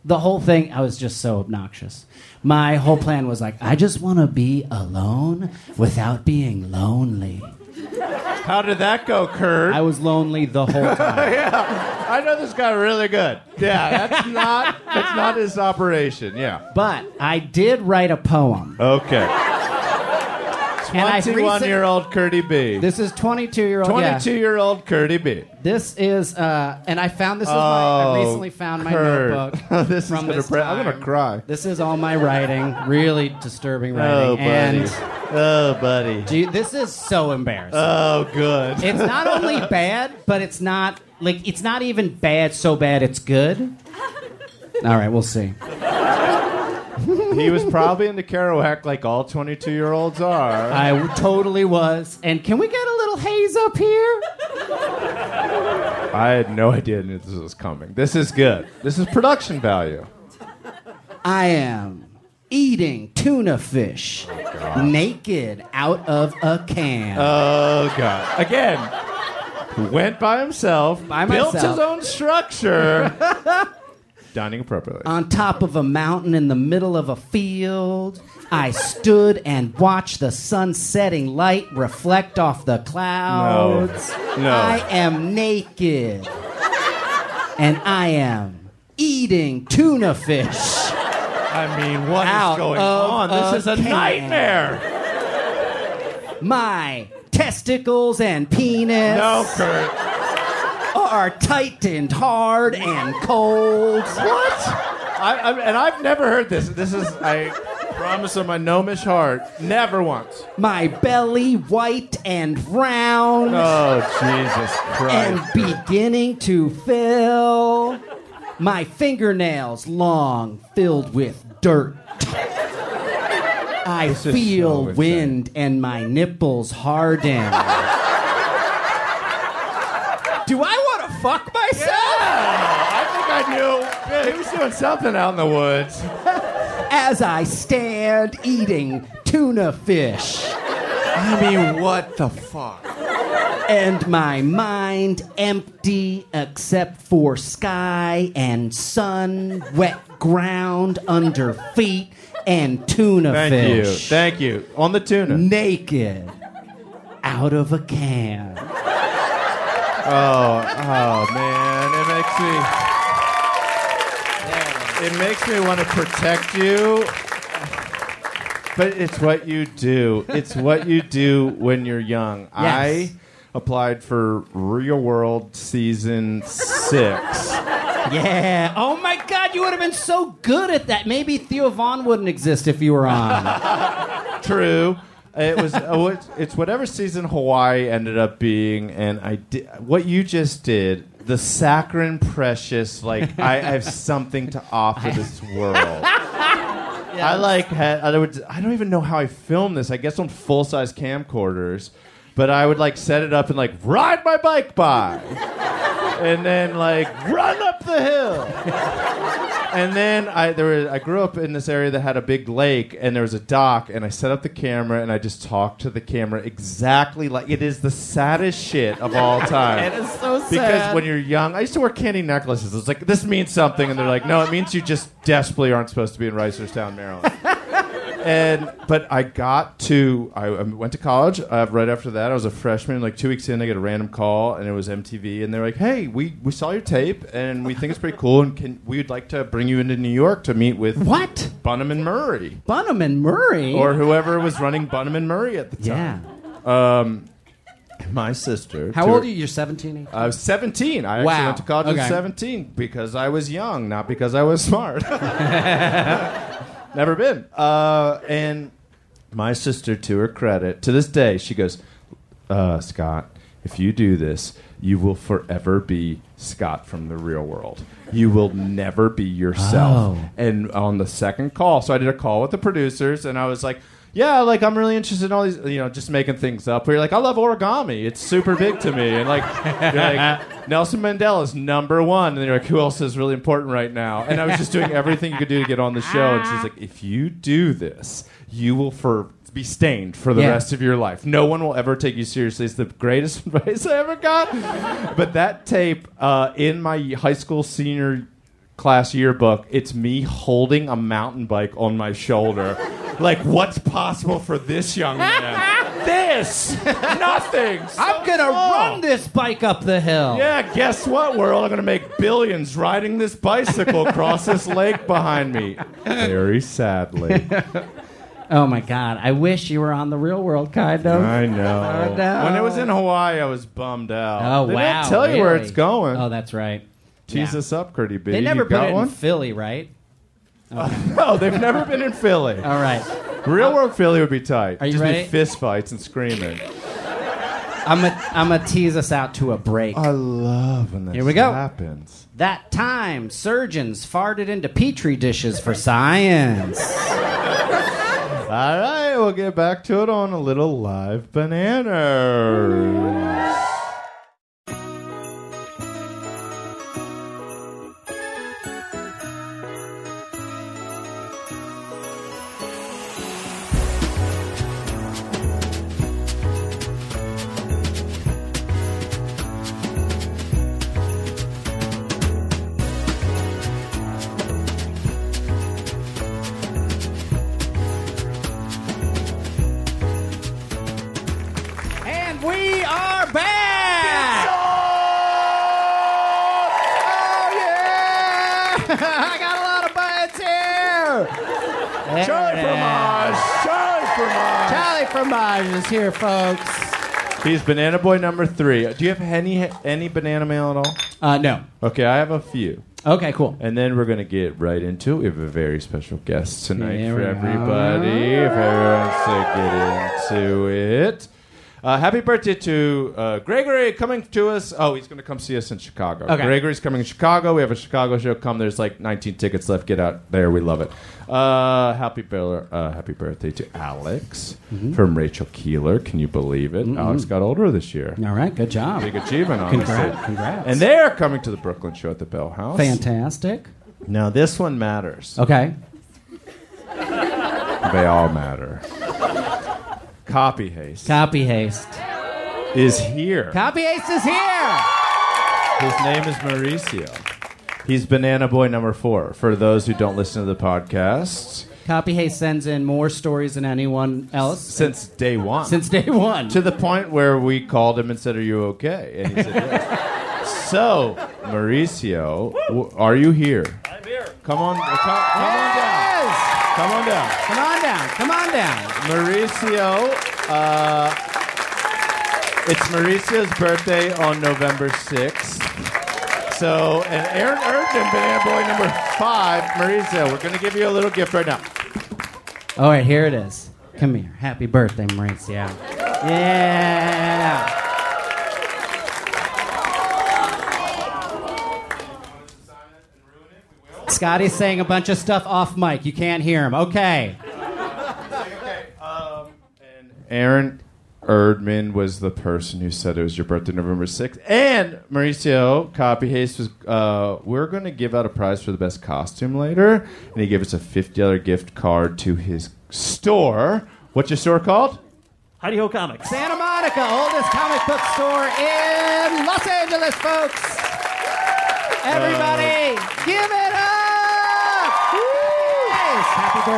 Speaker 2: the whole thing. I was just so obnoxious. My whole plan was like, I just want to be alone without being lonely.
Speaker 3: How did that go, Kurt?
Speaker 2: I
Speaker 3: I,
Speaker 2: was lonely the whole time.
Speaker 3: know this guy really good. Yeah, that's not that's not his operation. Yeah.
Speaker 2: but I did write a poem.
Speaker 3: Okay. It's
Speaker 2: And I recent-
Speaker 3: year old Curdy B.
Speaker 2: This is 22 year old.
Speaker 3: 22 year old Curdy B.
Speaker 2: This is, uh, and I found this is my, I
Speaker 3: Oh,
Speaker 2: recently found my
Speaker 3: Kurt.
Speaker 2: notebook
Speaker 3: This is
Speaker 2: from
Speaker 3: gonna
Speaker 2: this
Speaker 3: bre- I'm gonna
Speaker 2: time.
Speaker 3: cry.
Speaker 2: This is all my writing, really disturbing
Speaker 3: Oh,
Speaker 2: writing,
Speaker 3: buddy.
Speaker 2: and
Speaker 3: oh, buddy.
Speaker 2: do you- this is so embarrassing.
Speaker 3: Oh, good.
Speaker 2: it's not only bad, but it's not like it's not even bad so bad it's good. All right, we'll see.
Speaker 3: he was probably into Kerouac like all 22 year olds are.
Speaker 2: I w- totally was. And can we get a little haze up here?
Speaker 3: I had no idea this was coming. This is good. This is production value.
Speaker 2: I am eating tuna fish naked out of a can.
Speaker 3: Oh god. Again. Went by himself,
Speaker 2: By
Speaker 3: built
Speaker 2: myself.
Speaker 3: his own structure. Dining appropriately.
Speaker 2: On top of a mountain in the middle of a field, I stood and watched the sun setting light reflect off the clouds.
Speaker 3: No.
Speaker 2: I am naked. And I am eating tuna fish.
Speaker 3: I mean, what is
Speaker 2: Out
Speaker 3: going
Speaker 2: of
Speaker 3: on?
Speaker 2: a
Speaker 3: This is a
Speaker 2: can.
Speaker 3: nightmare.
Speaker 2: My testicles and penis
Speaker 3: No, Kurt.
Speaker 2: are tightened hard and cold.
Speaker 3: What? I, I, and I've never heard this. This is, I promise on my gnomish heart, never once.
Speaker 2: My belly white and round.
Speaker 3: Oh, Jesus
Speaker 2: and
Speaker 3: Christ.
Speaker 2: beginning to fill my fingernails long filled with dirt i
Speaker 3: is so
Speaker 2: feel
Speaker 3: insane.
Speaker 2: wind and my nipples harden do i want to fuck myself
Speaker 3: I think I knew. Yeah, he was doing something out in the woods.
Speaker 2: as i stand eating tuna fish
Speaker 3: I mean, what the fuck?
Speaker 2: and my mind empty except for sky and sun, wet ground under feet, and tuna
Speaker 3: Thank you.
Speaker 2: fish.
Speaker 3: Thank you. On the tuna.
Speaker 2: Naked. Out of a can.
Speaker 3: Oh, man. It makes me. It makes me want to protect you. But it's what you do. It's what you do when you're young. I applied for Real World Season 6.
Speaker 2: Yeah. Oh my God, you would have been so good at that. Maybe Theo Vaughn wouldn't exist if you were on.
Speaker 3: True. It was. uh, what- it's whatever season Hawaii ended up being, and I did what you just did. The saccharine precious, like I, I have something to offer this world. I like. Had, I would. I don't even know how I filmed this. I guess on full size camcorders, but I would like set it up and like ride my bike by, and then like run up the hill. And then I there was, I grew up in this area that had a big lake, and there was a dock, and I set up the camera, and I just talked to the camera exactly like it is the saddest shit of all time.
Speaker 2: is so
Speaker 3: because when you're young, I used to wear candy necklaces. It's like this means something, and they're like, no, it means you just desperately aren't supposed to be in Ricerstown, Maryland. And but I got to I um, went to college uh, right after that. I was a freshman. Like two weeks in, I get a random call, and it was MTV, and they're like, "Hey, we, we saw your tape, and we think it's pretty cool, and can, we'd like to bring you into New York to meet with
Speaker 2: What?
Speaker 3: Bunham and Murray
Speaker 2: Bunham and Murray?
Speaker 3: or whoever was running Bunham and Murray at the
Speaker 2: yeah.
Speaker 3: time." Yeah. My sister.
Speaker 2: How
Speaker 3: to-
Speaker 2: old are you? You're 17?
Speaker 3: I was 17. I
Speaker 2: Wow.
Speaker 3: actually went to college
Speaker 2: Okay.
Speaker 3: at 17 because I was young, not because I was smart. Never been. Uh, and my sister, to her credit, to this day, she goes, uh, Scott, if you do this, you will forever be Scott from the real world. You will never be yourself.
Speaker 2: Oh.
Speaker 3: And on the second call, so I did a call with the producers, and I was like, yeah, like I'm really interested in all these, you know, just making things up. Where you're like, I love origami; it's super big to me. And like, you're like Nelson Mandela's number one, and you're like, who else is really important right now? And I was just doing everything you could do to get on the show. And she's like, if you do this, you will for be stained for the
Speaker 2: Yeah.
Speaker 3: rest of your life. No one will ever take you seriously. It's the greatest advice I ever got. but that tape uh, in my high school senior class yearbook, it's me holding a mountain bike on my shoulder. like, what's possible for this young man? this! Nothing! So
Speaker 2: I'm going to
Speaker 3: small.
Speaker 2: run this bike up the hill.
Speaker 3: Yeah, guess what, world? I'm going to make billions riding this bicycle across this lake behind me. Very sadly.
Speaker 2: Oh my God! I wish you were on the Real World, kind of.
Speaker 3: I know.
Speaker 2: I know.
Speaker 3: When it was in Hawaii, I was bummed out.
Speaker 2: Oh
Speaker 3: they
Speaker 2: wow!
Speaker 3: didn't tell you where
Speaker 2: really?
Speaker 3: it's going.
Speaker 2: Oh, that's right.
Speaker 3: Tease
Speaker 2: Yeah.
Speaker 3: us up, Curdy B.
Speaker 2: They never
Speaker 3: you
Speaker 2: put
Speaker 3: got
Speaker 2: it
Speaker 3: one?
Speaker 2: in Philly, right?
Speaker 3: no, they've never been in Philly.
Speaker 2: All right.
Speaker 3: Real world Philly would be tight.
Speaker 2: Are you
Speaker 3: Just
Speaker 2: ready?
Speaker 3: be fist fights and screaming.
Speaker 2: I'm gonna I'm gonna tease us out to a break.
Speaker 3: I love when this
Speaker 2: Here we go.
Speaker 3: happens.
Speaker 2: that time, surgeons farted into petri dishes for science.
Speaker 3: All right, we'll get back to it on a little live banana.
Speaker 2: And we are back.
Speaker 3: Oh yeah! I got a lot of bites here. Charlie Fromage. Charlie Fromage.
Speaker 2: Charlie Fromage is here, folks.
Speaker 3: He's Banana Boy number three. Do you have any any banana mail at all?
Speaker 2: Uh, no.
Speaker 3: Okay, I have a few.
Speaker 2: Okay, cool.
Speaker 3: And then we're gonna get right into it. We have a very special guest tonight
Speaker 2: Here
Speaker 3: for
Speaker 2: we
Speaker 3: everybody. If everyone wants to get into it. Uh, happy birthday to uh, Gregory coming to us. Oh, he's going to come see us in Chicago.
Speaker 2: Okay.
Speaker 3: Gregory's coming in Chicago. We have a Chicago show. Come, there's like 19 tickets left. Get out there. We love it. Uh, happy, bir- uh, happy birthday to Alex
Speaker 2: Mm-hmm.
Speaker 3: from Rachel Keeler. Can you believe it? Alex got older this year.
Speaker 2: All right, good job.
Speaker 3: Big achievement, honestly.
Speaker 2: Congrats. Congrats.
Speaker 3: And they're coming to the Brooklyn show at the Bell House.
Speaker 2: Fantastic.
Speaker 3: Now this one matters.
Speaker 2: Okay.
Speaker 3: They all matter. Copy haste
Speaker 2: Copy haste.
Speaker 3: is here.
Speaker 2: Copy haste is here.
Speaker 3: His name is Mauricio. He's Banana Boy number four. For those who don't listen to the podcast
Speaker 2: Copy haste sends in more stories than anyone else
Speaker 3: since day one,
Speaker 2: since day one.
Speaker 3: to the point where we called him and said, "Are you okay?" And he said, "Yes." so, Mauricio, w- are you here? I'm here. Come on, come, come on down.
Speaker 2: Yes!
Speaker 3: Come on down.
Speaker 2: Come on down. Come on down.
Speaker 3: Mauricio, uh, it's Mauricio's birthday on November 6th. So, and Aaron Erdman, Banana Boy number five. Mauricio, we're going to give you a little gift right now.
Speaker 2: All right, here it is. Come here. Happy birthday, Mauricio. Yeah. Scotty's saying a bunch of stuff off mic. You can't hear him. Okay.
Speaker 3: um, Aaron Erdman was the person who said it was your birthday November 6th. And Mauricio Copy Haste was, uh, we're going to give out a prize for the best costume later. And he gave us a $50 gift card to his store. What's your store called?
Speaker 1: Heidi Ho Comics.
Speaker 2: Santa Monica, oldest comic book store in Los Angeles, folks. Everybody,
Speaker 3: Uh,
Speaker 2: give it up! Yes. Happy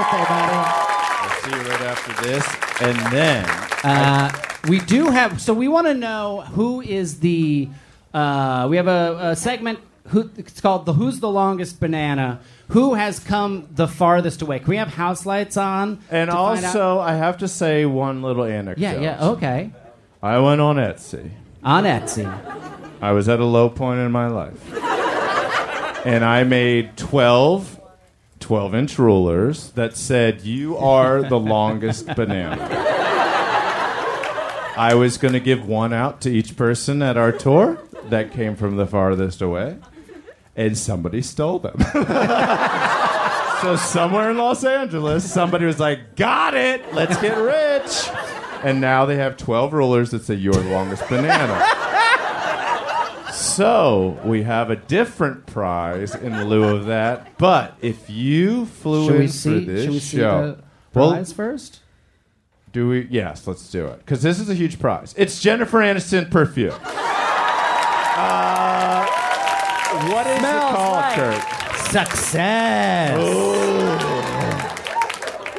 Speaker 2: birthday, buddy.
Speaker 3: See you right after this. And then
Speaker 2: Uh, we do have, so we want to know who is the, uh, we have a, a segment. Who, it's called the Who's the Longest Banana? Who has come the farthest away? Can we have house lights on?
Speaker 3: and
Speaker 2: to find out-
Speaker 3: also I have to say one little anecdote.
Speaker 2: yeah, yeah, oh. okay,
Speaker 3: I went on Etsy.
Speaker 2: on Etsy.
Speaker 3: I was at a low point in my life. and I made 12 12 inch rulers that said you are the longest banana. I was going to give one out to each person at our tour that came from the farthest away. and somebody stole them. so somewhere in Los Angeles, somebody was like, "Got it, let's get rich," and now they have twelve rulers that say "Your longest banana." So we have a different prize in lieu of that. But if you flew
Speaker 2: Should
Speaker 3: in
Speaker 2: we see?
Speaker 3: for this
Speaker 2: Should we see
Speaker 3: show,
Speaker 2: the
Speaker 3: well,
Speaker 2: prize first?
Speaker 3: do we? Yes, let's do it because this is a huge prize. It's Jennifer Aniston perfume. Uh, what is
Speaker 2: Smells
Speaker 3: it called,
Speaker 2: like-
Speaker 3: Kurt?
Speaker 2: Success.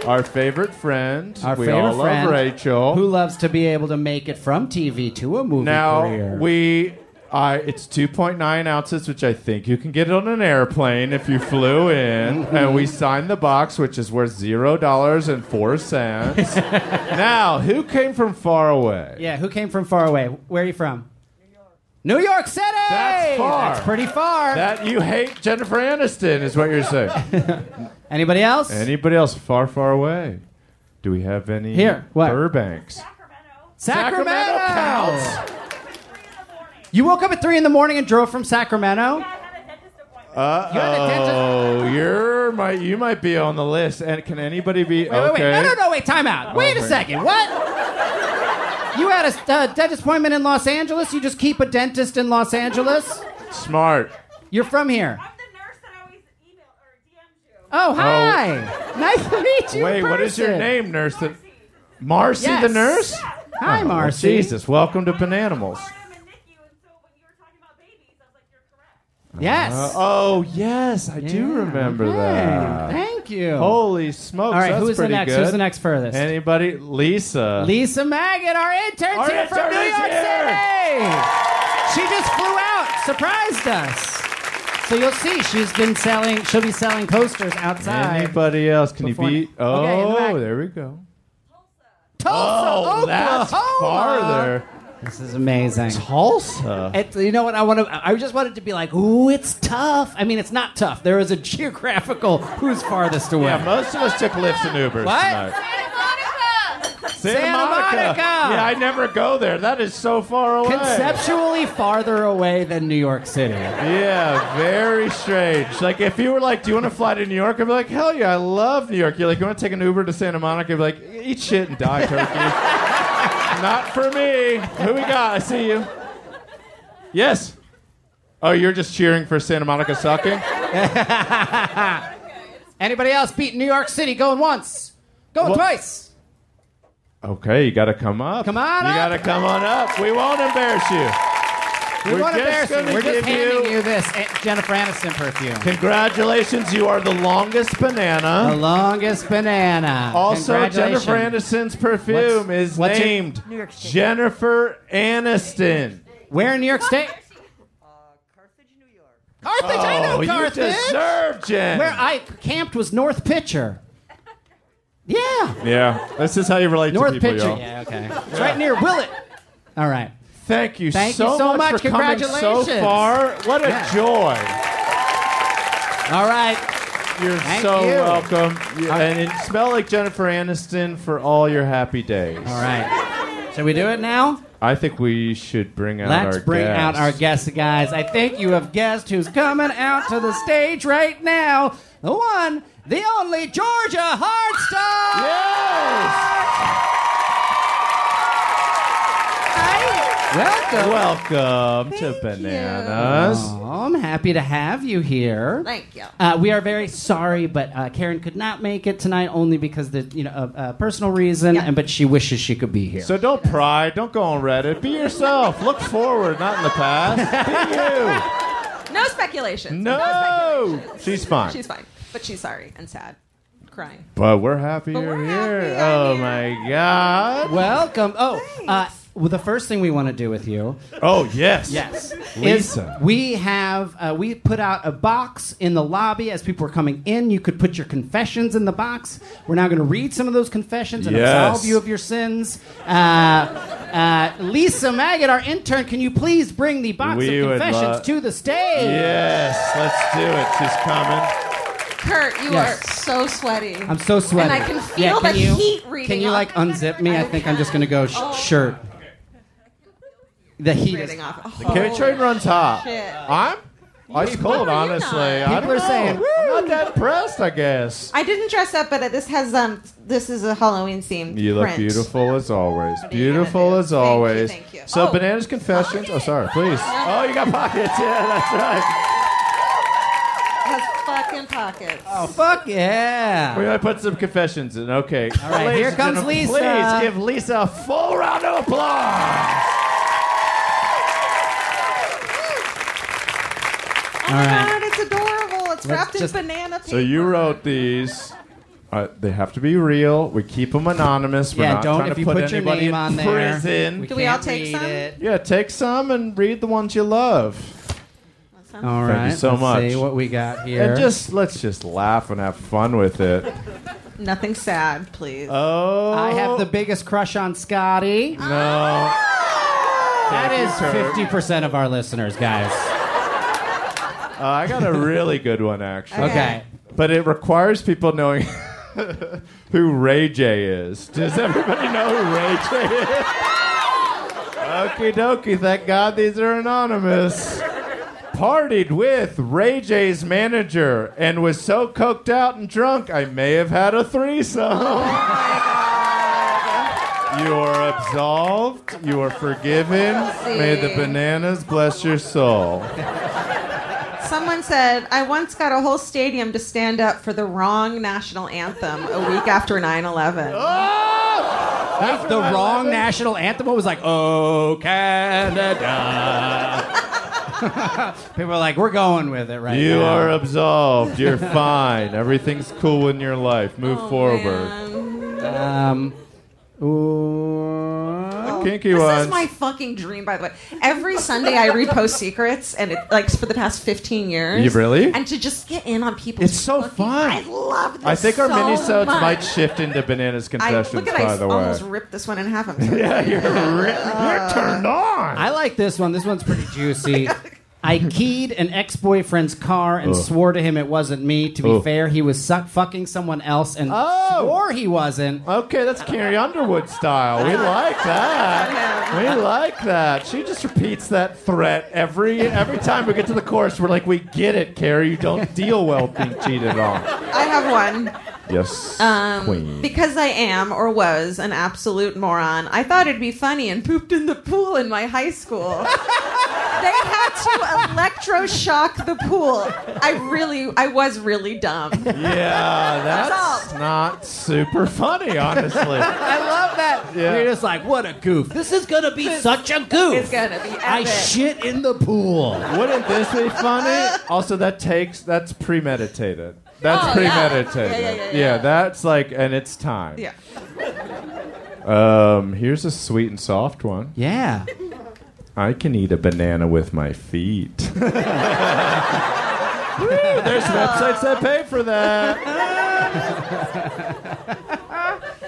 Speaker 3: Our favorite friend.
Speaker 2: Our
Speaker 3: Oh, we
Speaker 2: favorite
Speaker 3: all
Speaker 2: friend
Speaker 3: love Rachel.
Speaker 2: who loves to be able to make it from TV to a movie
Speaker 3: now
Speaker 2: career.
Speaker 3: we I it's 2.9 ounces, which I think you can get on an airplane if you flew in. and we signed the box, which is worth zero dollars and four cents. now, who came from far away?
Speaker 2: Yeah, who came from far away? Where are you from? New York City.
Speaker 3: That's far.
Speaker 2: That's pretty far.
Speaker 3: That you hate Jennifer Aniston is what you're saying.
Speaker 2: Anybody else?
Speaker 3: Anybody else far, far away? Do we have any
Speaker 2: Here, what?
Speaker 3: Burbanks?
Speaker 1: Sacramento.
Speaker 2: Sacramento.
Speaker 3: counts.
Speaker 1: Three in the morning.
Speaker 2: You woke up at three in the morning and drove from Sacramento.
Speaker 1: I had a dentist appointment.
Speaker 3: Uh-oh, you're might you might be on the list. And can anybody be
Speaker 2: Wait, wait,
Speaker 3: okay?
Speaker 2: wait. No, no, no. Wait, time out. Wait a
Speaker 3: wait.
Speaker 2: second. What? You had a uh, dentist appointment in Los Angeles. You just keep a dentist in Los Angeles.
Speaker 3: Smart.
Speaker 2: You're from here.
Speaker 1: I'm the nurse that always email or DMs you.
Speaker 2: Oh, hi. Nice to meet you.
Speaker 3: Wait,
Speaker 2: in
Speaker 3: what is your
Speaker 2: person.
Speaker 3: name, nurse? That, Marcy
Speaker 2: Yes.
Speaker 3: the nurse?
Speaker 2: Hi,
Speaker 3: Oh, well,
Speaker 2: Marcy.
Speaker 3: Jesus, welcome to Bananimals.
Speaker 1: Barnum and NICU, and so when you were talking about babies, I was like, you're correct.
Speaker 2: Yes.
Speaker 3: Uh, oh, yes, I do remember
Speaker 2: Okay.
Speaker 3: that.
Speaker 2: Thank you.
Speaker 3: Holy smokes.
Speaker 2: All right,
Speaker 3: that's
Speaker 2: who's the
Speaker 3: pretty
Speaker 2: next?
Speaker 3: good.
Speaker 2: Who's the next furthest?
Speaker 3: Anybody? Lisa.
Speaker 2: Lisa Maggot, our intern
Speaker 3: Our
Speaker 2: here from
Speaker 3: intern
Speaker 2: New
Speaker 3: is
Speaker 2: York
Speaker 3: here.
Speaker 2: City. She just flew out, surprised us. So you'll see, she's been selling. She'll be selling posters outside.
Speaker 3: Anybody else? Can
Speaker 2: Before-
Speaker 3: you beat? Oh,
Speaker 2: Okay, in the back.
Speaker 3: there we go.
Speaker 2: Tulsa, Oklahoma.
Speaker 3: Oh, that's farther.
Speaker 2: This is amazing.
Speaker 3: Tulsa.
Speaker 2: It, you know what? I want to. I just wanted to be like, ooh, it's tough. I mean, it's not tough. There is a geographical who's farthest away.
Speaker 3: Yeah, most of us took lifts and Ubers
Speaker 2: What?
Speaker 3: tonight. Santa,
Speaker 2: Santa Monica.
Speaker 3: Yeah, I never go there. That is so far away.
Speaker 2: Conceptually farther away than New York City.
Speaker 3: Yeah, very strange. Like if you were like, "Do you want to fly to New York?" I'd be like, "Hell yeah, I love New York." You're like, "You want to take an Uber to Santa Monica?" I'd be like, "Eat shit and die, turkey." Not for me. Who we got? I see you. Yes. Oh, you're just cheering for Santa Monica sucking.
Speaker 2: Anybody else beat New York City going once? Going
Speaker 3: What?
Speaker 2: twice?
Speaker 3: Okay, you gotta come up.
Speaker 2: Come on
Speaker 3: You
Speaker 2: up.
Speaker 3: gotta come on up. We won't embarrass you.
Speaker 2: We
Speaker 3: We're
Speaker 2: won't
Speaker 3: just
Speaker 2: embarrass you.
Speaker 3: gonna
Speaker 2: We're just
Speaker 3: give
Speaker 2: handing
Speaker 3: you-
Speaker 2: you this eh, Jennifer Aniston perfume.
Speaker 3: Congratulations, you are the longest
Speaker 2: The
Speaker 3: banana.
Speaker 2: longest banana.
Speaker 3: Also,
Speaker 2: Congratulations.
Speaker 3: Jennifer Aniston's perfume
Speaker 2: What's-
Speaker 3: is
Speaker 2: what's your-
Speaker 3: named Jennifer Aniston.
Speaker 2: Where in New York State?
Speaker 4: uh, Carthage, New York.
Speaker 2: Carthage. I
Speaker 3: Oh,
Speaker 2: know
Speaker 3: you
Speaker 2: Carthage.
Speaker 3: deserve Jen.
Speaker 2: Where I camped was North Pitcher. Yeah.
Speaker 3: yeah, this is how you relate
Speaker 2: North
Speaker 3: to people,
Speaker 2: Pitcher.
Speaker 3: y'all.
Speaker 2: Yeah, okay. It's right near Willett. All right.
Speaker 3: Thank you
Speaker 2: Thank
Speaker 3: so
Speaker 2: you so
Speaker 3: much,
Speaker 2: much.
Speaker 3: for coming so
Speaker 2: Congratulations.
Speaker 3: far. What a
Speaker 2: Yeah.
Speaker 3: joy!
Speaker 2: All right.
Speaker 3: You're
Speaker 2: Thank
Speaker 3: so
Speaker 2: you.
Speaker 3: welcome, You-
Speaker 2: I-
Speaker 3: and it smell like Jennifer Aniston for all your happy days.
Speaker 2: All right. Should we do it now?
Speaker 3: I think we should bring out
Speaker 2: Let's
Speaker 3: our
Speaker 2: bring
Speaker 3: guest.
Speaker 2: out our guest, guys. I think you have guessed who's coming out to the stage right now. The one, the only Georgia Hardstyle.
Speaker 3: Yes!
Speaker 2: Welcome.
Speaker 3: Welcome to
Speaker 4: Thank you.
Speaker 3: Bananas.
Speaker 2: Aw, I'm happy to have you here.
Speaker 4: Thank you.
Speaker 2: Uh, we are very sorry, but uh, Karen could not make it tonight only because the you know a, a personal reason,
Speaker 4: Yeah.
Speaker 2: and but she wishes she could be here.
Speaker 3: So don't pry. Don't go on Reddit. Be yourself. Look forward, not in the past.
Speaker 4: No speculation.
Speaker 3: Be you. No,
Speaker 4: speculations.
Speaker 3: she's fine.
Speaker 4: She's fine, but she's sorry and sad, crying.
Speaker 3: But we're happy
Speaker 4: But
Speaker 3: you're
Speaker 4: we're
Speaker 3: here.
Speaker 4: happy I'm
Speaker 3: oh
Speaker 4: here.
Speaker 3: my god.
Speaker 2: Welcome. Oh, uh, well, the first thing we want to do with you
Speaker 3: Oh yes.
Speaker 2: Yes. Is
Speaker 3: Lisa.
Speaker 2: we have uh, we put out a box in the lobby as people are coming in. You could put your confessions in the box. We're now going to read some of those confessions and
Speaker 3: Yes.
Speaker 2: absolve you of your sins. Uh, uh, Lisa Maggot, our intern, can you please bring the box
Speaker 3: We
Speaker 2: of
Speaker 3: would
Speaker 2: confessions
Speaker 3: love-
Speaker 2: to the stage?
Speaker 3: Yes. Let's do it. She's coming.
Speaker 4: Kurt, you
Speaker 2: Yes.
Speaker 4: are so sweaty.
Speaker 2: I'm so sweaty.
Speaker 4: And I can feel
Speaker 2: Yeah,
Speaker 4: the heat reading.
Speaker 2: Can you
Speaker 4: off.
Speaker 2: like unzip me? I think I'm just going to go sh- shirt. The heat is.
Speaker 4: Oh. reading off?
Speaker 3: The carry train runs hot.
Speaker 4: shit.
Speaker 3: I'm. Ice cold,
Speaker 4: are you
Speaker 3: honestly.
Speaker 4: not?
Speaker 3: I
Speaker 2: People
Speaker 3: don't
Speaker 2: are
Speaker 3: know.
Speaker 2: saying,
Speaker 3: I'm not that impressed, I guess.
Speaker 4: Oh. I didn't dress up, but this has um, this is a Halloween themed.
Speaker 3: You look
Speaker 4: print.
Speaker 3: beautiful as always.
Speaker 4: are you
Speaker 3: Beautiful
Speaker 4: gonna do?
Speaker 3: as
Speaker 4: Thank you,
Speaker 3: always.
Speaker 4: thank you.
Speaker 3: So,
Speaker 4: Oh,
Speaker 3: Bananas Confessions. Oh, sorry, please. Oh, you got pockets. Yeah, that's right.
Speaker 4: It has fucking pockets.
Speaker 2: Oh fuck yeah!
Speaker 3: We're going to put some confessions in. Okay. All
Speaker 2: right, here comes Lisa.
Speaker 3: Please give Lisa a full round of applause.
Speaker 4: Oh
Speaker 2: All
Speaker 4: my
Speaker 2: right.
Speaker 4: Oh god, it's adorable. It's wrapped
Speaker 2: just-
Speaker 4: in banana paper.
Speaker 3: So, you wrote these. Uh, they have to be real. We keep them anonymous. We're
Speaker 2: yeah,
Speaker 3: not
Speaker 2: don't.
Speaker 3: trying
Speaker 2: If
Speaker 3: to
Speaker 2: you
Speaker 3: put,
Speaker 2: put, your
Speaker 3: anybody
Speaker 2: name
Speaker 3: in
Speaker 2: on there,
Speaker 3: prison.
Speaker 4: Do we all
Speaker 2: can't
Speaker 4: take
Speaker 2: read
Speaker 4: some?
Speaker 2: It.
Speaker 3: yeah, take some and read the ones you love,
Speaker 2: All right.
Speaker 3: you so
Speaker 2: let's
Speaker 3: much.
Speaker 2: See what we got here.
Speaker 3: and just let's just laugh and have fun with it.
Speaker 4: Nothing sad, please.
Speaker 3: Oh,
Speaker 2: I have the biggest crush on Scotty.
Speaker 3: no.
Speaker 2: That
Speaker 3: Thank you,
Speaker 2: is
Speaker 3: Turd.
Speaker 2: fifty percent of our listeners, guys.
Speaker 3: Uh, I got a really good one actually,
Speaker 4: Okay.
Speaker 2: Okay.
Speaker 3: but it requires people knowing who Ray J is. Does everybody know who Ray J is? Okie dokie. Thank God these are anonymous. Partied with Ray J's manager and was so coked out and drunk I may have had a threesome. You are absolved. You are forgiven. May the bananas bless your soul.
Speaker 4: Someone said, I once got a whole stadium to stand up for the wrong national anthem a week after 9 11.
Speaker 3: Oh! That's
Speaker 2: The wrong
Speaker 3: national.
Speaker 2: national anthem was like, "Oh Canada." People are like, "We're going with it right
Speaker 3: You
Speaker 2: now."
Speaker 3: are absolved. You're fine. Everything's cool in your life. Move Oh,
Speaker 4: Oh,
Speaker 3: forward.
Speaker 2: Um, ooh.
Speaker 3: Kinky
Speaker 4: this
Speaker 3: ones.
Speaker 4: is my fucking dream, by the way. Every Sunday I repost secrets, and it, like for the past 15 years.
Speaker 3: You really?
Speaker 4: And to just get in on people.
Speaker 3: It's so fun.
Speaker 4: I love this.
Speaker 3: I think our
Speaker 4: so
Speaker 3: mini sods
Speaker 4: much.
Speaker 3: might shift into bananas
Speaker 4: I,
Speaker 3: confessions.
Speaker 4: look at
Speaker 3: by
Speaker 4: I
Speaker 3: the
Speaker 4: almost
Speaker 3: way,
Speaker 4: ripped Uh, this one in half. I'm sorry.
Speaker 3: yeah, you're, ri- you're turned on.
Speaker 2: I like this one. This one's pretty juicy. I keyed an ex boyfriend's car and swore to him it wasn't me. To be
Speaker 3: Ugh.
Speaker 2: fair, he was suck- fucking someone else and
Speaker 3: Oh.
Speaker 2: swore he wasn't.
Speaker 3: okay, that's Carrie Underwood style. We like that. We like that. She just repeats that threat every every time we get to the chorus. We're like, we get it, Carrie. You don't deal well being cheated on.
Speaker 4: I have one.
Speaker 3: Yes,
Speaker 4: Um,
Speaker 3: queen.
Speaker 4: Because I am or was an absolute moron, I thought it'd be funny and pooped in the pool in my high school. they had to electroshock the pool. I really, I was really dumb.
Speaker 3: Yeah, that's
Speaker 4: Salt.
Speaker 3: not super funny, honestly.
Speaker 2: I love that.
Speaker 3: Yeah.
Speaker 2: You're just like, what a goof. This is going to be such a goof.
Speaker 4: It's gonna be
Speaker 2: I
Speaker 4: epic.
Speaker 2: shit in the pool.
Speaker 3: Wouldn't this be funny? Also, that takes that's premeditated. That's
Speaker 4: Oh, yeah.
Speaker 3: premeditated.
Speaker 4: Yeah, yeah, yeah, yeah.
Speaker 3: that's like, and it's time.
Speaker 4: yeah.
Speaker 3: Um, here's a sweet and soft one.
Speaker 2: Yeah.
Speaker 3: I can eat a banana with my feet. Woo, there's websites that pay for that.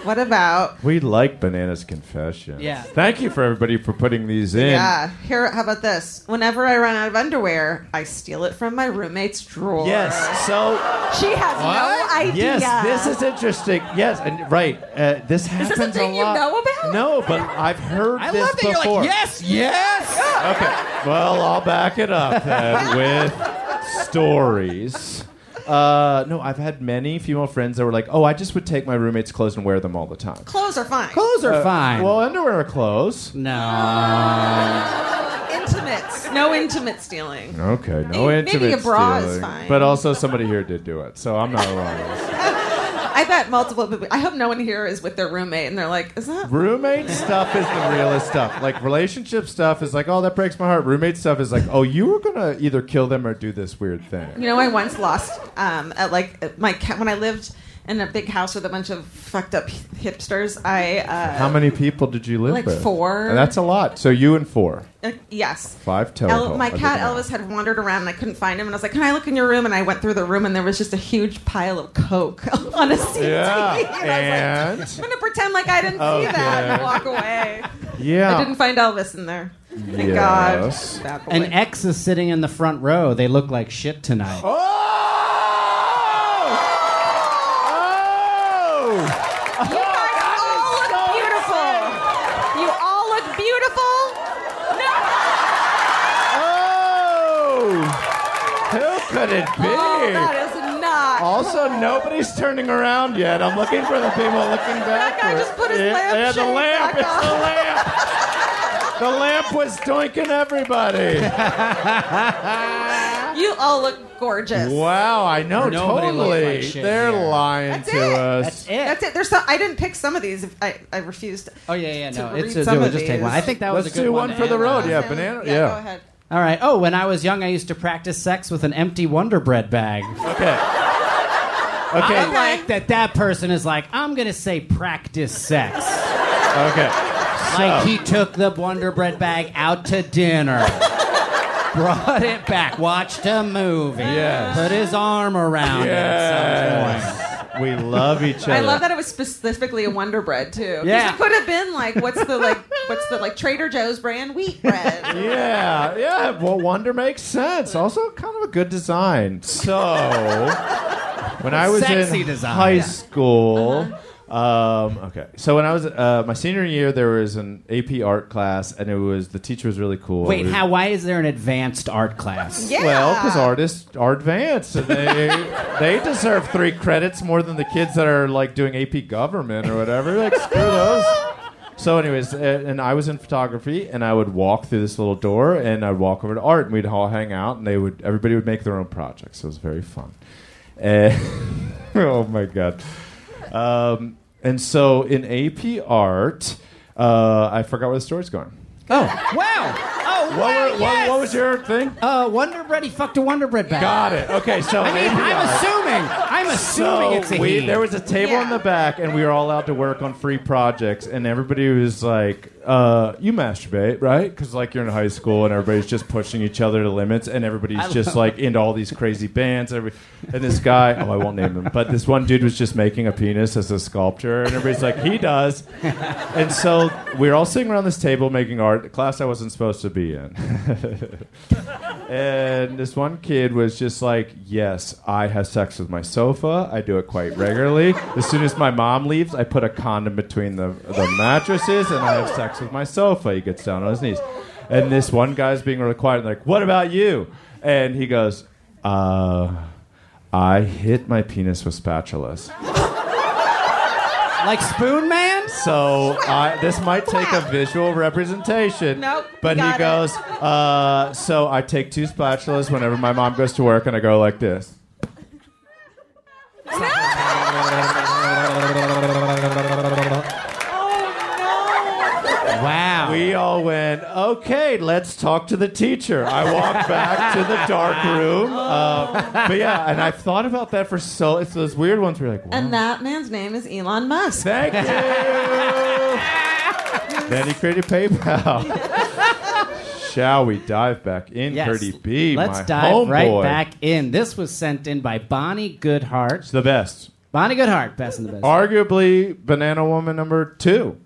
Speaker 4: What about?
Speaker 3: We like bananas confessions.
Speaker 2: Yeah.
Speaker 3: Thank you for everybody for putting these in.
Speaker 4: Yeah. Here, how about this? Whenever I run out of underwear, I steal it from my roommate's drawer.
Speaker 3: Yes. So
Speaker 4: She has
Speaker 3: What?
Speaker 4: no idea.
Speaker 3: Yes, this is interesting. Yes, and right. Uh, this happens
Speaker 4: this a thing you
Speaker 3: lot.
Speaker 4: know about?
Speaker 3: No, but I've heard
Speaker 2: I
Speaker 3: this
Speaker 2: love that
Speaker 3: before.
Speaker 2: you're like, yes, yes.
Speaker 3: Okay. Well, I'll back it up then with stories. Uh, no, I've had many female friends that were like, "Oh, I just would take my roommate's clothes and wear them all the time."
Speaker 4: Clothes are fine.
Speaker 2: Clothes are fine.
Speaker 3: Uh, Well, underwear are clothes.
Speaker 2: no.
Speaker 4: Intimates. No intimate stealing.
Speaker 3: Okay, no
Speaker 4: Maybe a
Speaker 3: intimate
Speaker 4: bra is
Speaker 3: stealing.
Speaker 4: fine.
Speaker 3: But also, somebody here did do it, so I'm not wrong.
Speaker 4: I bet multiple people. I hope no one here is with their roommate and they're like, is that
Speaker 3: Roommate stuff is the realest stuff. Like relationship stuff is like, oh, that breaks my heart. Roommate stuff is like, oh, you were gonna either kill them or do this weird thing.
Speaker 4: You know, I once lost um, at like at my cat when I lived in a big house with a bunch of fucked up hipsters. I uh,
Speaker 3: How many people did you live
Speaker 4: Like
Speaker 3: with?
Speaker 4: four.
Speaker 3: And that's a lot. So you and four,
Speaker 4: uh, yes.
Speaker 3: five total.
Speaker 4: El- my
Speaker 3: I did
Speaker 4: cat
Speaker 3: the math.
Speaker 4: Elvis had wandered around and I couldn't find him, and I was like, "Can I look in your room?" And I went through the room, and there was just a huge pile of coke on a CD. and
Speaker 3: Yeah,
Speaker 4: I was like,
Speaker 3: and
Speaker 4: I'm gonna pretend like I didn't see that and walk away.
Speaker 3: yeah,
Speaker 4: I didn't find Elvis in there. Thank
Speaker 3: Yes.
Speaker 4: God. Bad boy.
Speaker 2: An ex is sitting in the front row. They look like shit tonight.
Speaker 3: Oh! Oh!
Speaker 4: You guys all look
Speaker 3: so
Speaker 4: beautiful. You all look beautiful.
Speaker 3: Oh! Who could it be?
Speaker 4: Oh, that is not.
Speaker 3: Also, nobody's turning around yet. I'm looking for the people looking back.
Speaker 4: That guy just put his
Speaker 3: yeah,
Speaker 4: lamp
Speaker 3: yeah, the
Speaker 4: shade
Speaker 3: lamp.
Speaker 4: back
Speaker 3: It's
Speaker 4: on.
Speaker 3: the lamp. The lamp was doinking everybody.
Speaker 4: You all look gorgeous.
Speaker 3: Wow, I know
Speaker 2: Nobody looks
Speaker 3: totally.
Speaker 2: like shit
Speaker 3: They're
Speaker 2: here.
Speaker 3: lying
Speaker 4: That's
Speaker 3: to
Speaker 4: it.
Speaker 3: us.
Speaker 2: That's it.
Speaker 4: That's it. There's some, I didn't pick some of these. If I, I refused.
Speaker 2: Oh yeah, yeah, no.
Speaker 4: to
Speaker 2: It's
Speaker 4: read
Speaker 2: a,
Speaker 4: some
Speaker 2: we'll
Speaker 4: of
Speaker 2: just take
Speaker 4: these.
Speaker 2: one. I think that was
Speaker 3: Let's
Speaker 2: a good
Speaker 3: do one,
Speaker 2: to
Speaker 3: for the
Speaker 2: end
Speaker 3: road.
Speaker 2: on.
Speaker 3: Yeah, banana. Yeah.
Speaker 4: Go ahead.
Speaker 2: All right. Oh, when I was young, I used to practice sex with an empty Wonder Bread bag.
Speaker 3: Okay. Okay.
Speaker 2: I like that that person is like, I'm going to say practice sex.
Speaker 3: Okay.
Speaker 2: Like he took the Wonder Bread bag out to dinner. Brought it back, watched a movie,
Speaker 3: Yes.
Speaker 2: put his arm around it. At some point.
Speaker 3: We love each other.
Speaker 4: I love that it was specifically a Wonder Bread too. 'Cause
Speaker 2: Uh, Yeah.
Speaker 4: it could have been like, what's the like, what's the like Trader Joe's brand wheat bread?
Speaker 3: Yeah, yeah. Well, Wonder makes sense. Also, kind of a good design. So, when I was
Speaker 2: Sexy
Speaker 3: in
Speaker 2: design.
Speaker 3: high
Speaker 2: Yeah. Uh-huh.
Speaker 3: school, um, okay. So when I was uh, my senior year, there was an AP art class, and it was the teacher was really cool. It
Speaker 2: Wait,
Speaker 3: was-
Speaker 2: how? Why is there an advanced art class?
Speaker 4: Yeah.
Speaker 3: Well, because artists are advanced, and they they deserve three credits more than the kids that are like doing AP government or whatever. Like screw those. So, anyways, a- and I was in photography, and I would walk through this little door, and I'd walk over to art, and we'd all hang out, and they would everybody would make their own projects. It was very fun. And oh my god. Um, and so in AP art, uh, I forgot where the story's going.
Speaker 2: Oh, wow! Oh, wow,
Speaker 3: What, were- what-
Speaker 2: yes!
Speaker 3: what was your thing?
Speaker 2: Uh, Wonder Bread. He fucked a Wonder Bread bag.
Speaker 3: Got it. Okay, so
Speaker 2: I
Speaker 3: in
Speaker 2: mean,
Speaker 3: AP
Speaker 2: I'm
Speaker 3: art-
Speaker 2: assuming. I'm assuming
Speaker 3: so
Speaker 2: it's a
Speaker 3: we,
Speaker 2: he.
Speaker 3: there was a table in the back and we were all allowed to work on free projects and everybody was like uh, you masturbate right because like you're in high school and everybody's just pushing each other to limits and everybody's just like into all these crazy bands every, and this guy oh i won't name him but this one dude was just making a penis as a sculpture and everybody's like he does and so we were all sitting around this table making art a class i wasn't supposed to be in and this one kid was just like, Yes, I have sex with my sofa. I do it quite regularly. As soon as my mom leaves, I put a condom between the, the mattresses and I have sex with my sofa. He gets down on his knees. And this one guy's being really quiet and like, What about you? And he goes, Uh, I hit my penis with spatulas.
Speaker 2: like Spoon Man.
Speaker 3: So I, this might take a visual representation.
Speaker 4: Nope,
Speaker 3: But
Speaker 4: got
Speaker 3: he
Speaker 4: it.
Speaker 3: goes, uh, so I take two spatulas whenever my mom goes to work, and I go like this.
Speaker 2: Wow.
Speaker 3: We all went, okay, let's talk to the teacher. I walked back to the dark room. Uh, but yeah, and I've thought about that for so. It's those weird ones where you're like, wow.
Speaker 4: And that man's name is Elon Musk.
Speaker 3: Thank you. then he created PayPal. Shall we dive back in,
Speaker 2: Yes.
Speaker 3: Curdy B?
Speaker 2: Let's
Speaker 3: my
Speaker 2: dive
Speaker 3: homeboy.
Speaker 2: right back in. This was sent in by Bonnie Goodhart.
Speaker 3: It's the best.
Speaker 2: Bonnie Goodhart, best in the best.
Speaker 3: Arguably, Banana Woman number two.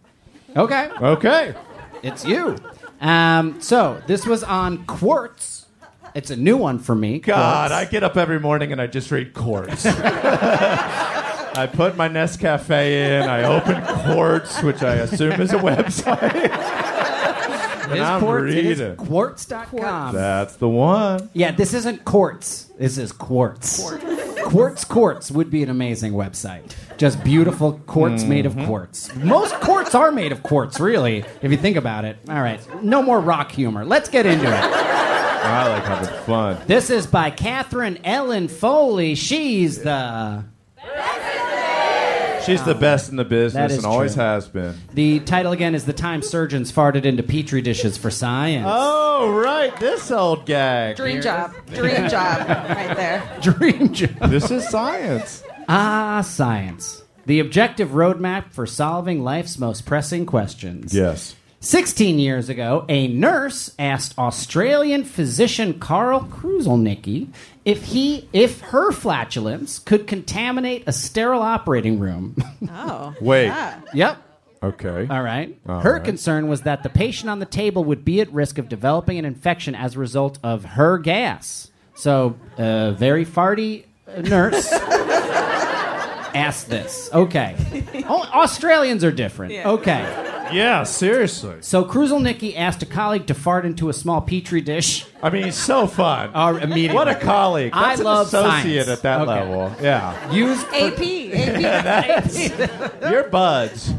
Speaker 2: Okay,
Speaker 3: Okay.
Speaker 2: it's you. Um, so this was on Quartz. It's a new one for me.
Speaker 3: God,
Speaker 2: Quartz.
Speaker 3: I get up every morning and I just read Quartz. I put my Nescafe in. I open Quartz, which I assume is a website.
Speaker 2: It
Speaker 3: and
Speaker 2: is
Speaker 3: I'm
Speaker 2: Quartz. It is
Speaker 3: reading.
Speaker 2: quartz.com.
Speaker 3: That's the one.
Speaker 2: Yeah, this isn't quartz. This is quartz. Quartz. quartz would be an amazing website. Just beautiful quartz made
Speaker 3: Mm-hmm.
Speaker 2: of quartz. Most quartz are made of quartz, really, if you think about it. All right, no more rock humor. Let's get into it.
Speaker 3: I like having fun.
Speaker 2: This is by Catherine Ellen Foley. She's the.
Speaker 3: She's the best in the
Speaker 2: Oh, That
Speaker 3: business
Speaker 2: is
Speaker 3: and always
Speaker 2: true.
Speaker 3: has been.
Speaker 2: The title again is The Time Surgeons Farted into Petri Dishes for Science.
Speaker 3: Oh, right. This old gag.
Speaker 4: Dream job. Dream job right there.
Speaker 2: Dream job.
Speaker 3: This is science.
Speaker 2: Ah, science. The objective roadmap for solving life's most pressing questions.
Speaker 3: Yes.
Speaker 2: 16 years ago, a nurse asked Australian physician Carl Kruzelnicki if he if her flatulence could contaminate a sterile operating room.
Speaker 4: Oh.
Speaker 3: Wait.
Speaker 4: yeah.
Speaker 2: yep.
Speaker 3: Okay.
Speaker 2: All right.
Speaker 3: All
Speaker 2: her
Speaker 3: right.
Speaker 2: concern was that the patient on the table would be at risk of developing an infection as a result of her gas. So, a very farty uh, nurse asked this. Okay. Oh, Australians are different.
Speaker 4: Yeah.
Speaker 2: Okay.
Speaker 3: Yeah, seriously.
Speaker 2: So Kruzelnicki asked a colleague to fart into a small petri dish.
Speaker 3: I mean, so fun.
Speaker 2: Uh, immediately.
Speaker 3: What a colleague.
Speaker 2: I
Speaker 3: That's
Speaker 2: love
Speaker 3: an associate
Speaker 2: science.
Speaker 3: at that
Speaker 2: Okay.
Speaker 3: level. Yeah.
Speaker 2: Used
Speaker 4: AP.
Speaker 2: for,
Speaker 4: AP.
Speaker 3: You're buds.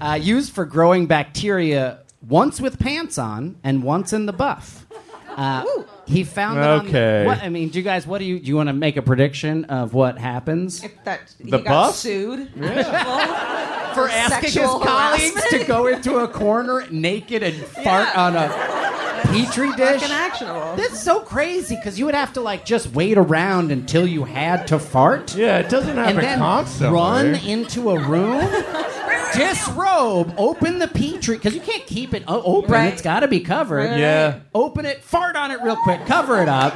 Speaker 2: uh, used for growing bacteria once with pants on and once in the buff. Uh, he found that on the-
Speaker 3: Okay.
Speaker 2: what, I mean, do you guys? What do you? Do you want to make a prediction of what happens
Speaker 4: That he
Speaker 3: The
Speaker 4: got
Speaker 3: buff?
Speaker 4: sued. Well,
Speaker 2: for asking his
Speaker 4: sexual
Speaker 2: colleagues
Speaker 4: harassment?
Speaker 2: to go into a corner naked and fart
Speaker 4: Yeah.
Speaker 2: on a petri dish.
Speaker 4: Fucking actionable.
Speaker 2: That's so crazy because you would have to like just wait around until you had to fart.
Speaker 5: Yeah, it doesn't
Speaker 2: and
Speaker 5: happen
Speaker 2: then
Speaker 5: constantly.
Speaker 2: run into a room, disrobe, open the petri because you can't keep it o- open.
Speaker 4: Right.
Speaker 2: It's got to be covered.
Speaker 4: Right.
Speaker 5: Yeah.
Speaker 2: Open it, fart on it real quick, cover it up.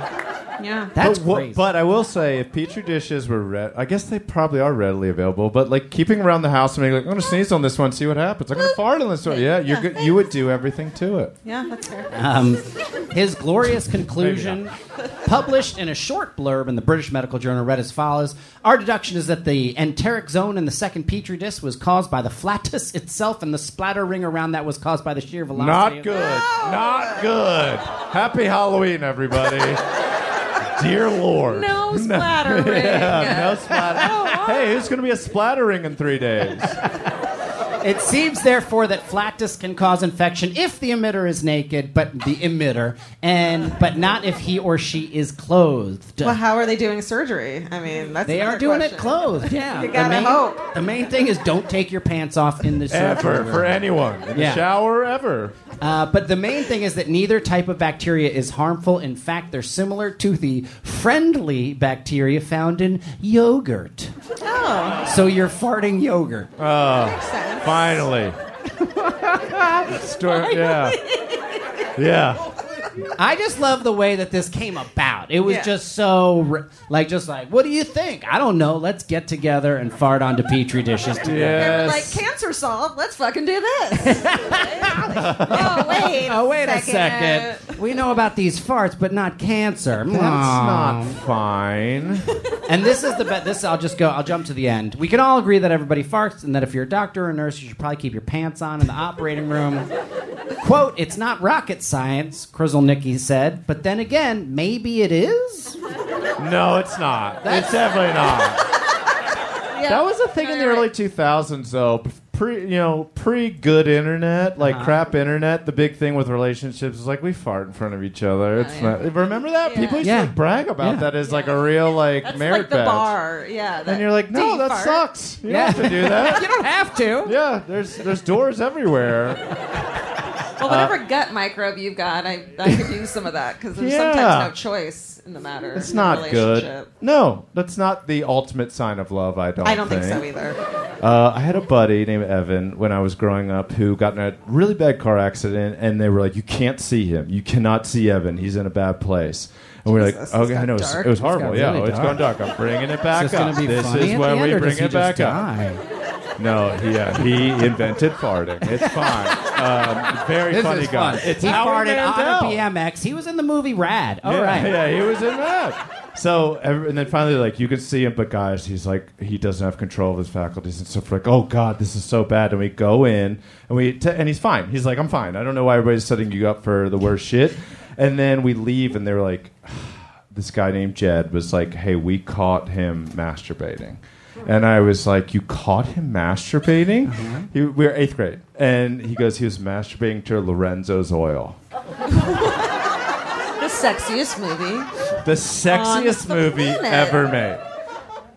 Speaker 4: Yeah.
Speaker 2: That's
Speaker 3: but, wha-
Speaker 2: crazy.
Speaker 3: but I will say, if petri dishes were, re- I guess they probably are readily available. But like keeping around the house and being like, I'm gonna sneeze on this one, see what happens. I'm gonna fart on this one. Yeah, you're good. You would do everything to it.
Speaker 4: Yeah, that's fair.
Speaker 2: Um, his glorious conclusion, published in a short blurb in the British Medical Journal, read as follows Our deduction is that the enteric zone in the second Petri dish was caused by the flatus itself, and the splatter ring around that was caused by the sheer velocity.
Speaker 3: Not
Speaker 2: of-
Speaker 3: good. Not good. Happy Halloween, everybody. Dear Lord.
Speaker 4: No splattering.
Speaker 3: Yeah, no splatter. hey, who's gonna be a splattering in three days?
Speaker 2: It seems, therefore, that flatus can cause infection if the emitter is naked, but the emitter, and but not if he or she is clothed.
Speaker 4: Well, how are they doing surgery? I mean, that's
Speaker 2: They
Speaker 4: another
Speaker 2: are doing
Speaker 4: question.
Speaker 2: it clothed. Yeah,
Speaker 4: You gotta
Speaker 2: the main,
Speaker 4: hope.
Speaker 2: The main thing is don't take your pants off in the surgery
Speaker 3: ever
Speaker 2: room.
Speaker 3: for anyone in
Speaker 2: Yeah.
Speaker 3: the shower ever.
Speaker 2: Uh, but the main thing is that neither type of bacteria is harmful. In fact, they're similar to the friendly bacteria found in yogurt.
Speaker 4: Oh,
Speaker 2: So you're farting yogurt.
Speaker 4: makes sense.
Speaker 3: Finally. Story- yeah. Yeah.
Speaker 2: I just love the way that this came about. It was
Speaker 4: Yeah.
Speaker 2: just so, r- like, just like, what do you think? I don't know. Let's get together and fart onto petri dishes together.
Speaker 4: They
Speaker 3: Yes.
Speaker 4: were like cancer solved. Let's fucking do this. oh wait.
Speaker 2: Oh, wait a second. We know about these farts, but not cancer. Mm.
Speaker 3: That's not fine.
Speaker 2: And this is the bet. This I'll just go. I'll jump to the end. We can all agree that everybody farts, and that if you're a doctor or nurse, you should probably keep your pants on in the operating room. "Quote: It's not rocket science," Krasilnicki said. But then again, maybe it is.
Speaker 3: No, it's not. it's definitely not. That was a thing in the early 2000s, though. Pre, you know, pre good internet, like crap internet. The big thing with relationships is like we fart in front of each
Speaker 4: Oh,
Speaker 3: other. It's not. Remember that people used
Speaker 2: Yeah.
Speaker 3: to like, brag about
Speaker 2: Yeah.
Speaker 3: that as like a real like
Speaker 4: That's
Speaker 3: merit
Speaker 4: like the
Speaker 3: badge.
Speaker 4: bar. Yeah. that-
Speaker 3: And you're like,
Speaker 4: Do
Speaker 3: no,
Speaker 4: you
Speaker 3: that
Speaker 4: fart?
Speaker 3: sucks. You
Speaker 2: Yeah.
Speaker 3: don't have to do that.
Speaker 2: You don't have to.
Speaker 3: yeah, there's there's doors everywhere.
Speaker 4: Well, whatever
Speaker 3: Uh,
Speaker 4: gut microbe you've got, I, I could use some of that because there's
Speaker 3: Yeah.
Speaker 4: sometimes no choice in the matter.
Speaker 3: It's
Speaker 4: in a
Speaker 3: not good.
Speaker 4: relationship.
Speaker 3: No, that's not the ultimate sign of love. I don't.
Speaker 4: I don't think so either.
Speaker 3: Uh, I had a buddy named Evan when I was growing up who got in a really bad car accident, and they were like, "You can't see him. You cannot see Evan. He's in a bad place." And we were
Speaker 4: Jesus,
Speaker 3: like,
Speaker 4: it's
Speaker 3: "Okay, I
Speaker 4: got
Speaker 3: know it was,
Speaker 4: dark.
Speaker 3: it was
Speaker 4: It's
Speaker 3: horrible.
Speaker 2: got
Speaker 3: yeah,
Speaker 2: really
Speaker 3: oh, it's
Speaker 2: dark.
Speaker 3: gone dark. I'm bringing it back
Speaker 2: Is this
Speaker 3: up.
Speaker 2: gonna be
Speaker 3: this
Speaker 2: funny
Speaker 3: is
Speaker 2: at
Speaker 3: when
Speaker 2: the end,
Speaker 3: we
Speaker 2: or
Speaker 3: bring
Speaker 2: does he
Speaker 3: it back
Speaker 2: just
Speaker 3: up."
Speaker 2: die?
Speaker 3: No, yeah, he invented farting. It's fine. Um, very
Speaker 2: This
Speaker 3: funny
Speaker 2: is
Speaker 3: guy.
Speaker 2: fun.
Speaker 3: It's
Speaker 2: he
Speaker 3: Howie
Speaker 2: farted on a
Speaker 3: Mandel.
Speaker 2: BMX. He was in the movie Rad. All
Speaker 3: yeah,
Speaker 2: right.
Speaker 3: Yeah, he was in that. So, every, and then finally, like, you can see him, but guys, he's like, he doesn't have control of his faculties and stuff. We're like, oh, God, this is so bad. And we go in, and we, t- and he's fine. He's like, I'm fine. I don't know why everybody's setting you up for the worst shit. And then we leave, and they're like, this guy named Jed was like, hey, we caught him masturbating. And I was like, you caught him masturbating?
Speaker 2: Uh-huh.
Speaker 3: He, we were eighth grade. And he goes, he was masturbating to Lorenzo's oil.
Speaker 4: The sexiest movie.
Speaker 3: the sexiest
Speaker 4: the
Speaker 3: movie
Speaker 4: planet.
Speaker 3: ever made.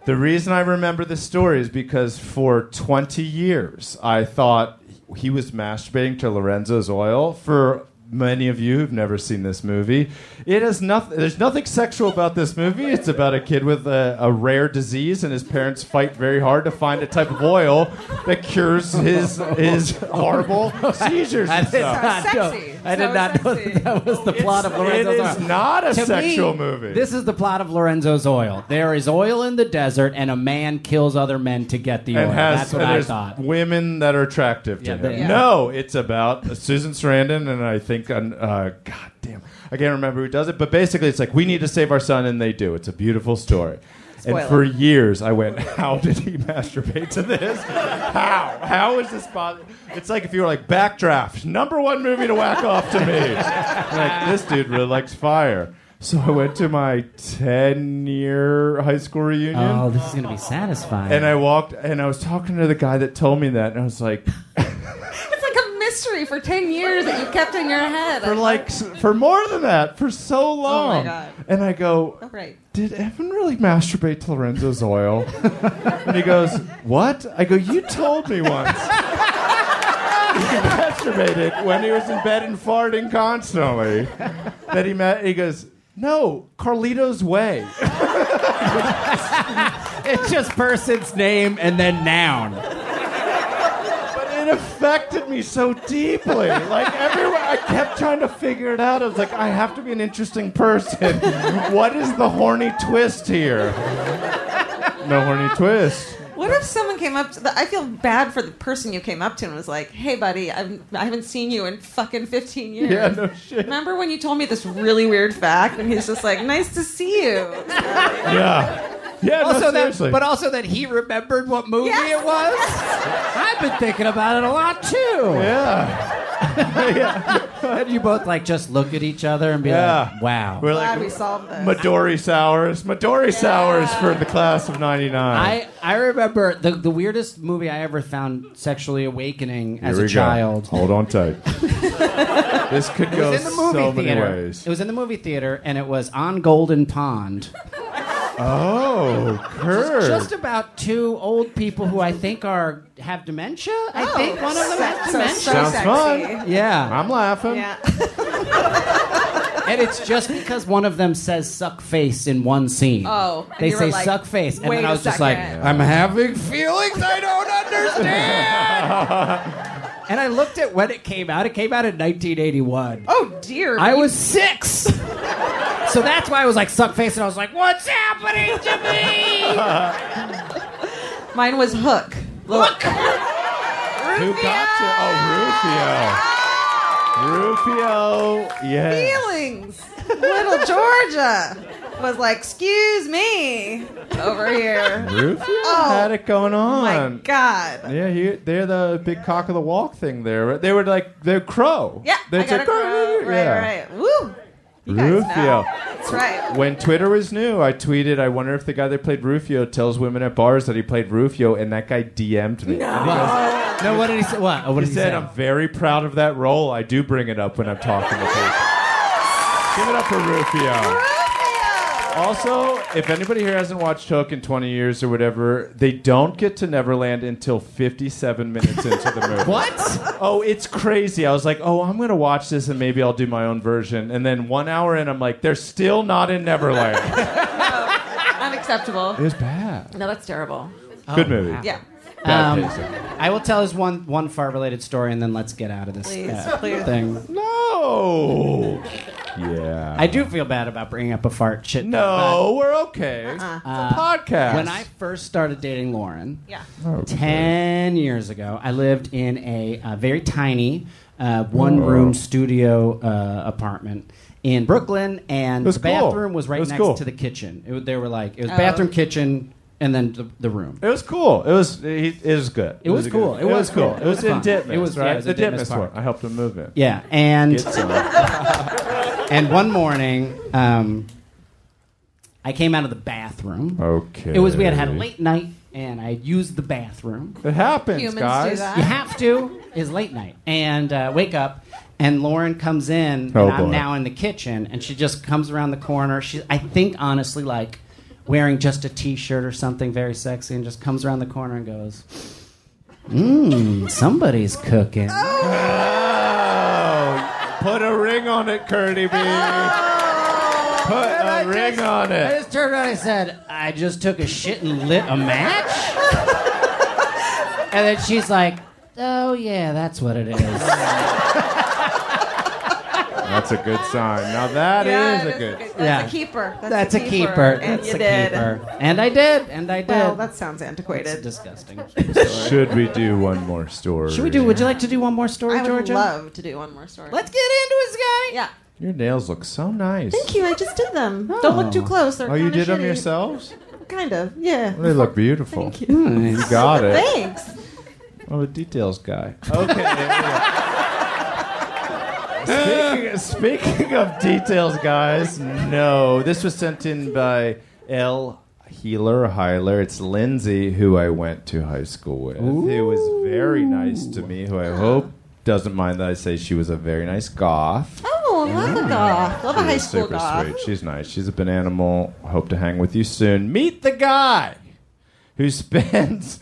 Speaker 3: The reason I remember this story is because for 20 years I thought he was masturbating to Lorenzo's oil. For many of you who've never seen this movie, it has nothing. There's nothing sexual about this movie. It's about a kid with a, a rare disease, and his parents fight very hard to find a type of oil that cures his his horrible seizures.
Speaker 2: I
Speaker 3: And
Speaker 2: did
Speaker 3: stuff.
Speaker 2: not know.
Speaker 4: Sexy.
Speaker 2: I did
Speaker 4: So
Speaker 2: not know
Speaker 4: sexy.
Speaker 2: that, that was the plot of
Speaker 3: It
Speaker 2: Lorenzo's
Speaker 3: is
Speaker 2: Oil.
Speaker 3: not a
Speaker 2: To
Speaker 3: sexual
Speaker 2: me,
Speaker 3: movie.
Speaker 2: This is the plot of Lorenzo's Oil. There is oil in the desert, and a man kills other men to get the
Speaker 3: and
Speaker 2: oil.
Speaker 3: has
Speaker 2: That's what
Speaker 3: and
Speaker 2: I
Speaker 3: there's
Speaker 2: thought.
Speaker 3: women that are attractive to
Speaker 2: Yeah,
Speaker 3: him.
Speaker 2: they-
Speaker 4: Yeah.
Speaker 3: No, it's about Susan Sarandon and I think uh, God damn, I can't remember who does it, but basically it's like we need to save our son, and they do. It's a beautiful story.
Speaker 4: Spoiler.
Speaker 3: And for years, I went, "How did he masturbate to this? How? How is this possible?" It's like if you were like Backdraft, number one movie to whack off to me. like this dude really likes fire. So I went to my ten-year high school reunion.
Speaker 2: Oh, this is gonna be satisfying.
Speaker 3: And I walked, and I was talking to the guy that told me that, and I was like,
Speaker 4: It's like a mystery for 10 years that you kept in your head.
Speaker 3: for like, s- for more than that, for so long.
Speaker 4: God.
Speaker 3: And I go,
Speaker 4: All right.
Speaker 3: did Evan really masturbate to Lorenzo's oil? and he goes, what? I go, you told me once. masturbated when he was in bed and farting constantly. that he met, he goes, no, Carlito's way.
Speaker 2: It's just person's name and then noun.
Speaker 3: But it affected me so deeply. Like everywhere, I kept trying to figure it out. I was like, I have to be an interesting person. What is the horny twist here? No horny twist.
Speaker 4: What if someone came up to the, I feel bad for the person you came up to and was like, hey, buddy, I'm, I haven't seen you in fucking 15 years.
Speaker 3: Yeah, no shit.
Speaker 4: Remember when you told me this really weird fact and he's just like, nice to see you?
Speaker 3: Yeah. Yeah, no,
Speaker 2: Also that,
Speaker 3: seriously.
Speaker 2: but also that he remembered what movie
Speaker 4: Yes.
Speaker 2: it was. I've been thinking about it a lot too.
Speaker 3: yeah. yeah.
Speaker 2: And you both like just look at each other and be
Speaker 3: Yeah.
Speaker 2: like, "Wow."
Speaker 3: We're
Speaker 4: Glad
Speaker 3: like,
Speaker 4: we solved this.
Speaker 3: Midori sours. Midori sours for the class of 99.
Speaker 2: I, I remember the, the weirdest movie I ever found sexually awakening as a
Speaker 3: Here we go.
Speaker 2: child.
Speaker 3: Hold on tight. this could
Speaker 2: It
Speaker 3: go
Speaker 2: was in the movie
Speaker 3: Oh, so many
Speaker 2: theater.
Speaker 3: ways.
Speaker 2: It was in the movie theater, and it was on Golden Pond.
Speaker 3: Oh, curve.
Speaker 2: Just about two old people who I think are have dementia. I
Speaker 4: Oh,
Speaker 2: think one of them has
Speaker 4: so-
Speaker 2: dementia.
Speaker 4: so
Speaker 3: Sounds
Speaker 4: sexy.
Speaker 3: fun.
Speaker 2: yeah,
Speaker 3: I'm laughing.
Speaker 4: Yeah.
Speaker 2: and it's just because one of them says "suck face" in one scene.
Speaker 4: Oh, and
Speaker 2: they
Speaker 4: you were
Speaker 2: say
Speaker 4: like,
Speaker 2: "suck face," and
Speaker 4: wait
Speaker 2: then I
Speaker 4: a
Speaker 2: was just like,
Speaker 4: second.
Speaker 2: "I'm having feelings I don't understand." and I looked at when it came out. It came out in 1981.
Speaker 4: Oh, dear.
Speaker 2: I was six. so that's why I was like suck face, and I was like, "What's happening to me?"
Speaker 4: Mine was Hook. Look.
Speaker 3: Who got you? Oh, Rufio. Rufio. Yeah.
Speaker 4: Feelings. Little Georgia was like, excuse me over here.
Speaker 3: Rufio
Speaker 4: Oh,
Speaker 3: had it going on.
Speaker 4: My God.
Speaker 3: Yeah, he, they're the big cock of the walk thing there. right? They were like, they're crow.
Speaker 4: Yeah,
Speaker 3: They
Speaker 4: I got
Speaker 3: took-
Speaker 4: a crow. Right,
Speaker 3: Yeah.
Speaker 4: right. Woo. You guys
Speaker 3: Rufio.
Speaker 4: know. That's right.
Speaker 3: When Twitter was new, I tweeted, I wonder if the guy that played Rufio tells women at bars that he played Rufio, and that guy DM'd me. And he goes-
Speaker 2: no, what did he say? What? Oh, What did
Speaker 3: He
Speaker 2: he,
Speaker 3: said,
Speaker 2: say?
Speaker 3: I'm very proud of that role. I do bring it up when I'm talking to people. Give it up for Rufio.
Speaker 4: Rufio.
Speaker 3: Also, if anybody here hasn't watched Hook in 20 years or whatever, they don't get to Neverland until 57 minutes into the movie.
Speaker 2: what?
Speaker 3: Oh, it's crazy. I was like, oh, I'm going to watch this and maybe I'll do my own version. And then one hour in, I'm like, they're still not in Neverland.
Speaker 4: Unacceptable.
Speaker 3: it was bad.
Speaker 4: No, that's terrible.
Speaker 3: Good movie.
Speaker 4: Yeah.
Speaker 2: Um,
Speaker 3: Bad pacing.
Speaker 2: I will tell us one one far related story, and then let's get out of this
Speaker 4: Please,
Speaker 2: uh,
Speaker 4: please.
Speaker 2: thing.
Speaker 3: No. Yeah.
Speaker 2: I do feel bad about bringing up a fart shit.
Speaker 3: No, we're okay. It's a podcast.
Speaker 2: but When I first started dating Lauren,
Speaker 4: Yeah.
Speaker 2: ten years ago, I lived in a, uh very tiny uh, one room studio uh, apartment. In Brooklyn, and
Speaker 3: was
Speaker 2: the bathroom
Speaker 3: cool.
Speaker 2: was right
Speaker 3: It was
Speaker 2: next
Speaker 3: cool.
Speaker 2: to the kitchen. It, they were like, it was bathroom, kitchen, and then the, the room.
Speaker 3: It was cool. It was it, it was good.
Speaker 2: It was
Speaker 3: a
Speaker 2: cool.
Speaker 3: good-
Speaker 2: It was cool.
Speaker 3: It was
Speaker 2: It was
Speaker 3: in
Speaker 2: fun.
Speaker 3: Ditmas.
Speaker 2: It was-
Speaker 3: right.
Speaker 2: yeah, it was
Speaker 3: the
Speaker 2: in Ditmas
Speaker 3: Ditmas
Speaker 2: Park.
Speaker 3: one. I helped him move it.
Speaker 2: Yeah, and
Speaker 3: It's, uh,
Speaker 2: And one morning, um, I came out of the bathroom.
Speaker 3: okay.
Speaker 2: It was we had had a late night, and I used the bathroom.
Speaker 3: It happens,
Speaker 4: Humans do
Speaker 3: guys.
Speaker 4: that.
Speaker 2: You have to is late night, and uh, wake up, and Lauren comes in,
Speaker 3: Oh,
Speaker 2: and I'm
Speaker 3: boy.
Speaker 2: now in the kitchen, and she just comes around the corner. She, I think, honestly, like wearing just a t-shirt or something very sexy, and just comes around the corner and goes, "Mmm, somebody's cooking."
Speaker 3: Oh, put a ring on it, Curdy B. Put a
Speaker 2: I
Speaker 3: ring
Speaker 2: just-
Speaker 3: on
Speaker 2: I
Speaker 3: it.
Speaker 2: just turned around and I said, I just took a shit and lit a match? and then she's like, Oh, yeah, that's what it is.
Speaker 3: That's a good sign. Now that is
Speaker 4: Yeah, it
Speaker 3: a
Speaker 4: is
Speaker 3: good.
Speaker 4: That's
Speaker 2: Yeah.
Speaker 4: a keeper.
Speaker 2: That's a keeper.
Speaker 4: And
Speaker 2: That's
Speaker 4: you
Speaker 2: a
Speaker 4: did.
Speaker 2: keeper. And I did. And I did.
Speaker 4: Well, that sounds
Speaker 2: It's
Speaker 4: antiquated.
Speaker 2: disgusting.
Speaker 3: Should we do one more story?
Speaker 2: Should we do? Would you like to do one more story,
Speaker 4: I would
Speaker 2: Georgia?
Speaker 4: love to do one more story.
Speaker 2: Let's get into it, Scotty.
Speaker 4: Yeah.
Speaker 3: Your nails look so nice.
Speaker 4: Thank you. I just did them. Don't look too close. They're
Speaker 3: Oh, you
Speaker 4: kinda
Speaker 3: did them
Speaker 4: shitty.
Speaker 3: yourselves?
Speaker 4: Kind of. Yeah.
Speaker 3: They look beautiful.
Speaker 4: Thank you.
Speaker 3: You got it.
Speaker 4: Thanks.
Speaker 3: I'm a details guy. Okay. speaking, speaking of details, guys, no. This was sent in by L. Healer, Heiler. It's Lindsay, who I went to high school with, who was very nice to me, who I hope doesn't mind that I say she was a very nice goth.
Speaker 4: Oh, love a goth. Love a
Speaker 3: Mm. She
Speaker 4: high
Speaker 3: was
Speaker 4: school
Speaker 3: super
Speaker 4: goth.
Speaker 3: sweet. She's nice. She's a banana animal. Hope to hang with you soon. Meet the guy who spends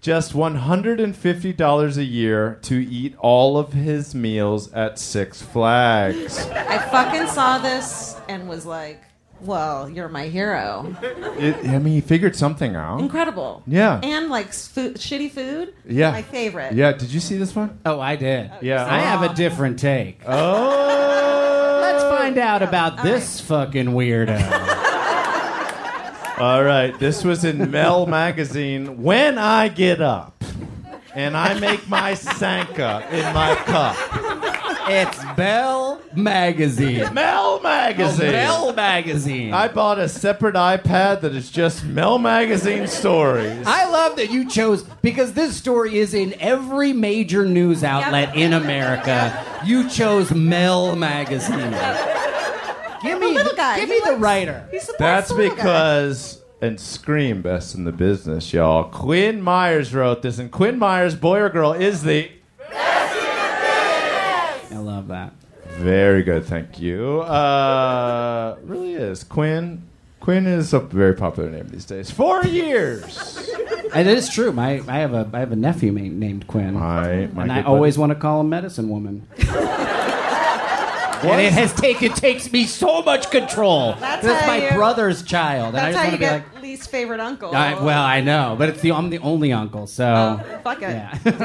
Speaker 3: just $150 a year to eat all of his meals at Six Flags.
Speaker 4: I fucking saw this and was like, "Well, you're my hero.
Speaker 3: It, I mean, he figured something out.
Speaker 4: Incredible."
Speaker 3: Yeah.
Speaker 4: And like s- food, shitty food.
Speaker 3: Yeah.
Speaker 4: My favorite.
Speaker 3: Yeah, did you see this one?
Speaker 2: Oh, I did.
Speaker 3: Yeah.
Speaker 2: I have a different take.
Speaker 3: Oh!
Speaker 2: Let's find out about this fucking weirdo.
Speaker 3: All right, this was in Mel magazine. When I get up and I make my Sanka in my cup.
Speaker 2: it's Bell Magazine.
Speaker 3: Mel magazine.
Speaker 2: Bell Magazine.
Speaker 3: I
Speaker 2: I,
Speaker 3: bought a separate iPad that is just Mel magazine stories.
Speaker 2: love that you chose because this story is in every major news outlet in America. You chose Mel Magazine. Give me,
Speaker 4: little guy.
Speaker 2: give
Speaker 4: He
Speaker 2: me the
Speaker 4: likes-
Speaker 2: writer.
Speaker 4: He supports
Speaker 3: That's
Speaker 4: the little guy.
Speaker 3: because and Scream best in the business, y'all. Quinn Myers wrote this, and Quinn Myers, boy or girl, is the
Speaker 2: I love that.
Speaker 3: very good. Thank you. Uh, really is Quinn. Quinn is a very popular name these days. Four years.
Speaker 2: And it is true. My, I have a, I have a nephew ma- named Quinn,
Speaker 3: My, my
Speaker 2: and I
Speaker 3: good
Speaker 2: always want to call him Medicine Woman. and it has taken takes me so much control.
Speaker 4: That's
Speaker 2: This is
Speaker 4: how
Speaker 2: my
Speaker 4: you-
Speaker 2: brother's child, and I
Speaker 4: That's
Speaker 2: just
Speaker 4: how
Speaker 2: want to
Speaker 4: you
Speaker 2: be like,
Speaker 4: get least favorite uncle.
Speaker 2: I, well, I know, but it's the I'm the only uncle, so
Speaker 4: Oh, fuck it.
Speaker 2: yeah.
Speaker 3: buddy.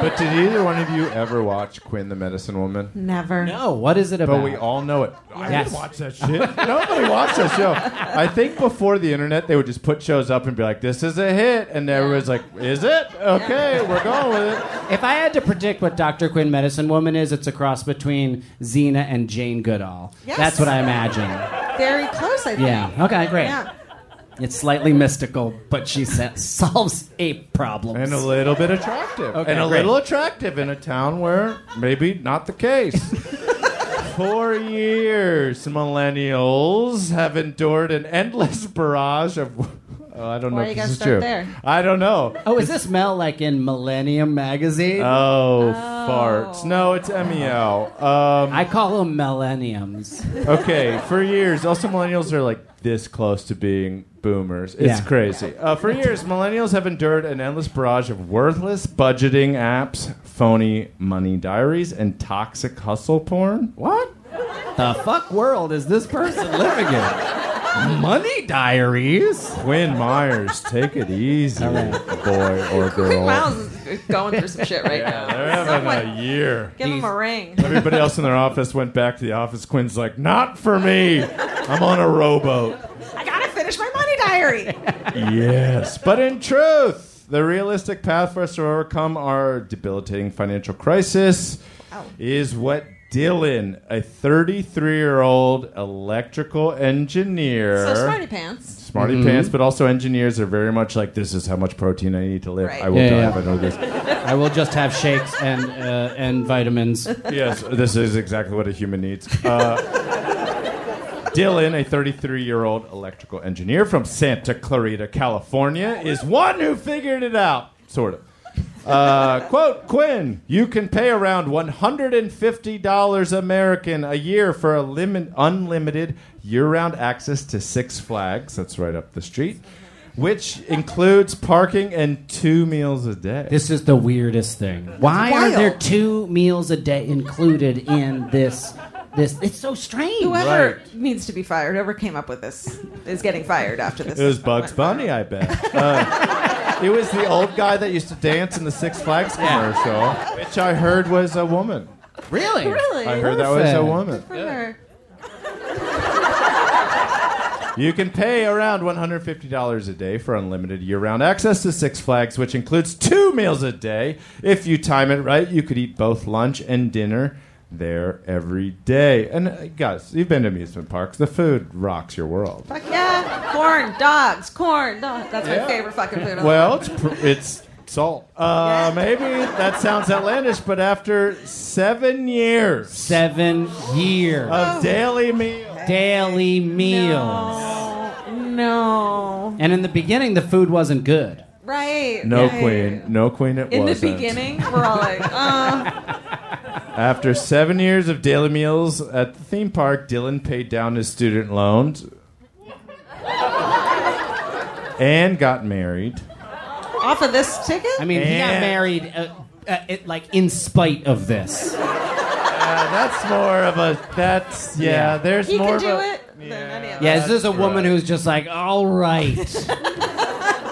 Speaker 3: But did either one of you ever watch Quinn the Medicine Woman?
Speaker 4: Never.
Speaker 2: no, what is it about?
Speaker 3: But we all know it. I
Speaker 2: Yes.
Speaker 3: didn't watch that shit. Nobody watched that show. I think before the internet, they would just put shows up and be like, "This is a hit," and everybody's like, "Is it? Okay, we're going with it."
Speaker 2: if I had to predict what Dr. Quinn Medicine Woman is, it's a cross between Xena and Jane Goodall.
Speaker 4: Yes.
Speaker 2: That's what I imagine.
Speaker 4: Very close, I think.
Speaker 2: Yeah. Okay, great.
Speaker 4: Yeah.
Speaker 2: It's slightly mystical, but she sa- solves ape problems.
Speaker 3: And a little bit attractive,
Speaker 2: Okay,
Speaker 3: and a
Speaker 2: great.
Speaker 3: little attractive in a town where maybe not the case. Four years, millennials have endured an endless barrage of. Oh, I don't
Speaker 4: Why
Speaker 3: know
Speaker 4: you
Speaker 3: if
Speaker 4: gotta
Speaker 3: this is
Speaker 4: start
Speaker 3: true.
Speaker 4: there?
Speaker 3: I don't know.
Speaker 2: oh, is this Mel like in Millennium Magazine?
Speaker 3: Oh, farts. No, it's MEO. Um,
Speaker 2: I call them millenniums.
Speaker 3: Okay, for years, also millennials are like this close to being boomers.
Speaker 2: Yeah.
Speaker 3: It's crazy. Uh, for years, millennials have endured an endless barrage of worthless budgeting apps, phony money diaries, and toxic hustle porn.
Speaker 2: What? The fuck world is this person living in? Money diaries?
Speaker 3: Quinn Myers, take it easy, boy or
Speaker 4: Quick Miles
Speaker 3: girl.
Speaker 4: is going through some shit right now.
Speaker 3: They're having
Speaker 4: Someone
Speaker 3: a year.
Speaker 4: give him
Speaker 2: He's-
Speaker 4: a ring.
Speaker 3: Everybody else in their office went back to the office. Quinn's like, not for me. I'm on a rowboat.
Speaker 4: I gotta finish my money diary.
Speaker 3: yes. But in truth, the realistic path for us to overcome our debilitating financial crisis
Speaker 4: Ow.
Speaker 3: is what Dylan, a 33 year old electrical engineer.
Speaker 4: So smarty pants.
Speaker 3: Smarty
Speaker 2: Mm-hmm.
Speaker 3: pants, but also engineers are very much like this is how much protein I need to live.
Speaker 4: Right.
Speaker 3: I will
Speaker 2: Yeah,
Speaker 3: die
Speaker 2: yeah.
Speaker 3: if I know this.
Speaker 2: I will just have shakes and uh, and vitamins.
Speaker 3: yes, this is exactly what a human needs. Uh, Dylan, a 33 year old electrical engineer from Santa Clarita, California, is one who figured it out, sort of. Uh, quote Quinn, you can pay around $150 American a year for a lim- unlimited year round access to Six Flags, that's right up the street, which includes parking and two meals a day.
Speaker 2: This is the weirdest thing. Why are
Speaker 4: wild.
Speaker 2: there two meals a day included in this? This it's so strange.
Speaker 4: Whoever
Speaker 3: Right.
Speaker 4: needs to be fired, whoever came up with this, is getting fired after this.
Speaker 3: It was Bugs Bunny, I bet. Uh, it was the old guy that used to dance in the Six Flags commercial, which I heard was a woman.
Speaker 2: Really?
Speaker 4: Really?
Speaker 3: I heard that was a
Speaker 2: Perfect.
Speaker 3: woman.
Speaker 4: For her.
Speaker 3: You can pay around $150 a day for unlimited year round access to Six Flags, which includes two meals a day. If you time it right, you could eat both lunch and dinner there every day. And uh, guys, you've been to amusement parks, the food rocks your world.
Speaker 4: Fuck yeah. Corn, dogs, corn, dog. That's
Speaker 3: Yeah.
Speaker 4: my favorite fucking food. on
Speaker 3: Well, it's, pr- it's salt. Uh,
Speaker 4: Yeah.
Speaker 3: Maybe that sounds outlandish, but after seven years
Speaker 2: Seven year
Speaker 4: Uh,
Speaker 3: of daily meals,
Speaker 2: daily meals.
Speaker 4: No. No.
Speaker 2: And in the beginning, the food wasn't good.
Speaker 4: Right.
Speaker 3: no
Speaker 4: right.
Speaker 3: queen, no queen. It
Speaker 4: In the
Speaker 3: wasn't.
Speaker 4: beginning, we're all like, uh,
Speaker 3: After seven years of daily meals at the theme park, Dylan paid down his student loans and got married.
Speaker 4: off of this ticket?
Speaker 2: I mean, he got
Speaker 5: And-
Speaker 2: married uh, uh, it, like in spite of this.
Speaker 5: Uh, that's more of a. That's yeah.
Speaker 2: Yeah.
Speaker 5: There's
Speaker 4: he
Speaker 5: more.
Speaker 4: can do
Speaker 5: of a,
Speaker 4: it. than any of
Speaker 2: Yeah,
Speaker 4: us.
Speaker 2: this is a woman who's just like, all right,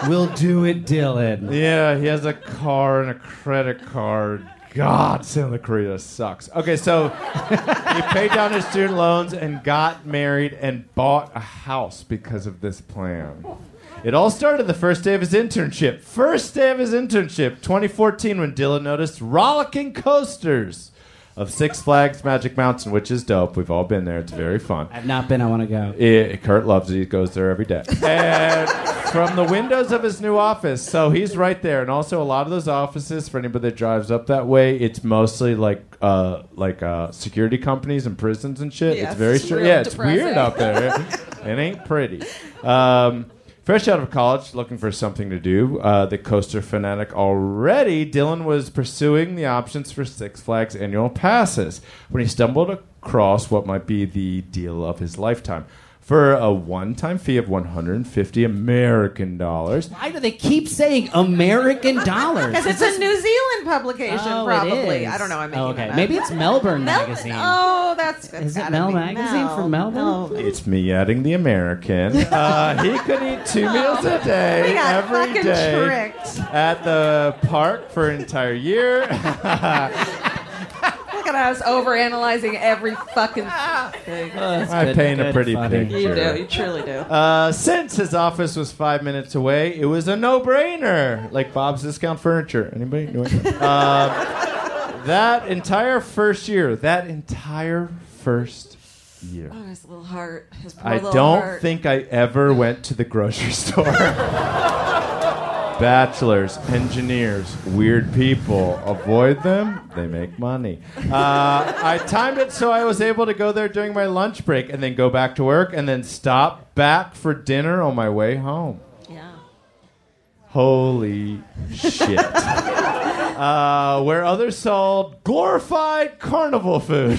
Speaker 2: we'll do it, Dylan.
Speaker 3: Yeah, he has a car and a credit card. God, Santa Clarita sucks. Okay, so he paid down his student loans and got married and bought a house because of this plan. It all started the first day of his internship. First day of his internship, 2014, when Dylan noticed rollicking coasters of Six Flags Magic Mountain, which is dope. We've all been there, it's very fun.
Speaker 2: I've not been. I want to go.
Speaker 3: It, Kurt loves it. He goes there every day. And from the windows of his new office. So he's right there. And also, a lot of those offices, for anybody that drives up that way, it's mostly like uh, like uh, security companies and prisons and shit.
Speaker 4: Yeah,
Speaker 3: it's very
Speaker 4: it's
Speaker 3: strange.
Speaker 4: real
Speaker 3: yeah, it's
Speaker 4: depressing.
Speaker 3: weird up there. it ain't pretty. Um, fresh out of college, looking for something to do, uh, the coaster fanatic already, Dylan was pursuing the options for Six Flags annual passes when he stumbled across what might be the deal of his lifetime. For a one-time fee of 150 American dollars,
Speaker 2: Why do they keep saying American dollars?
Speaker 4: Because it's a New Zealand publication,
Speaker 2: Oh, it
Speaker 4: probably.
Speaker 2: is.
Speaker 4: I don't know. I'm making
Speaker 2: Oh, okay.
Speaker 4: it up.
Speaker 2: Maybe it's Melbourne
Speaker 4: Mel-
Speaker 2: magazine.
Speaker 4: Oh, that's that's
Speaker 2: Is it
Speaker 4: gotta
Speaker 2: Mel
Speaker 4: be
Speaker 2: magazine
Speaker 4: Mel.
Speaker 2: from Melbourne?
Speaker 4: Mel.
Speaker 3: It's me adding the American. Uh, he could eat two meals a day
Speaker 4: We got
Speaker 3: every
Speaker 4: fucking
Speaker 3: day
Speaker 4: tricked.
Speaker 3: at the park for an entire year.
Speaker 4: Look at us overanalyzing every fucking thing.
Speaker 3: I paint a
Speaker 2: good,
Speaker 3: pretty
Speaker 2: funny.
Speaker 3: picture.
Speaker 4: You do. You truly do.
Speaker 3: Uh, since his office was five minutes away, it was a no-brainer. Like Bob's Discount Furniture. Anybody? know it? Um, Uh, that entire first year. That entire first year.
Speaker 4: Oh, his little heart. His poor
Speaker 3: I
Speaker 4: little
Speaker 3: don't
Speaker 4: heart.
Speaker 3: think I ever went to the grocery store. Bachelors, engineers, weird people. Avoid them, they make money. Uh, I timed it so I was able to go there during my lunch break and then go back to work and then stop back for dinner on my way home.
Speaker 4: Yeah.
Speaker 3: Holy shit. uh, where others sold glorified carnival food.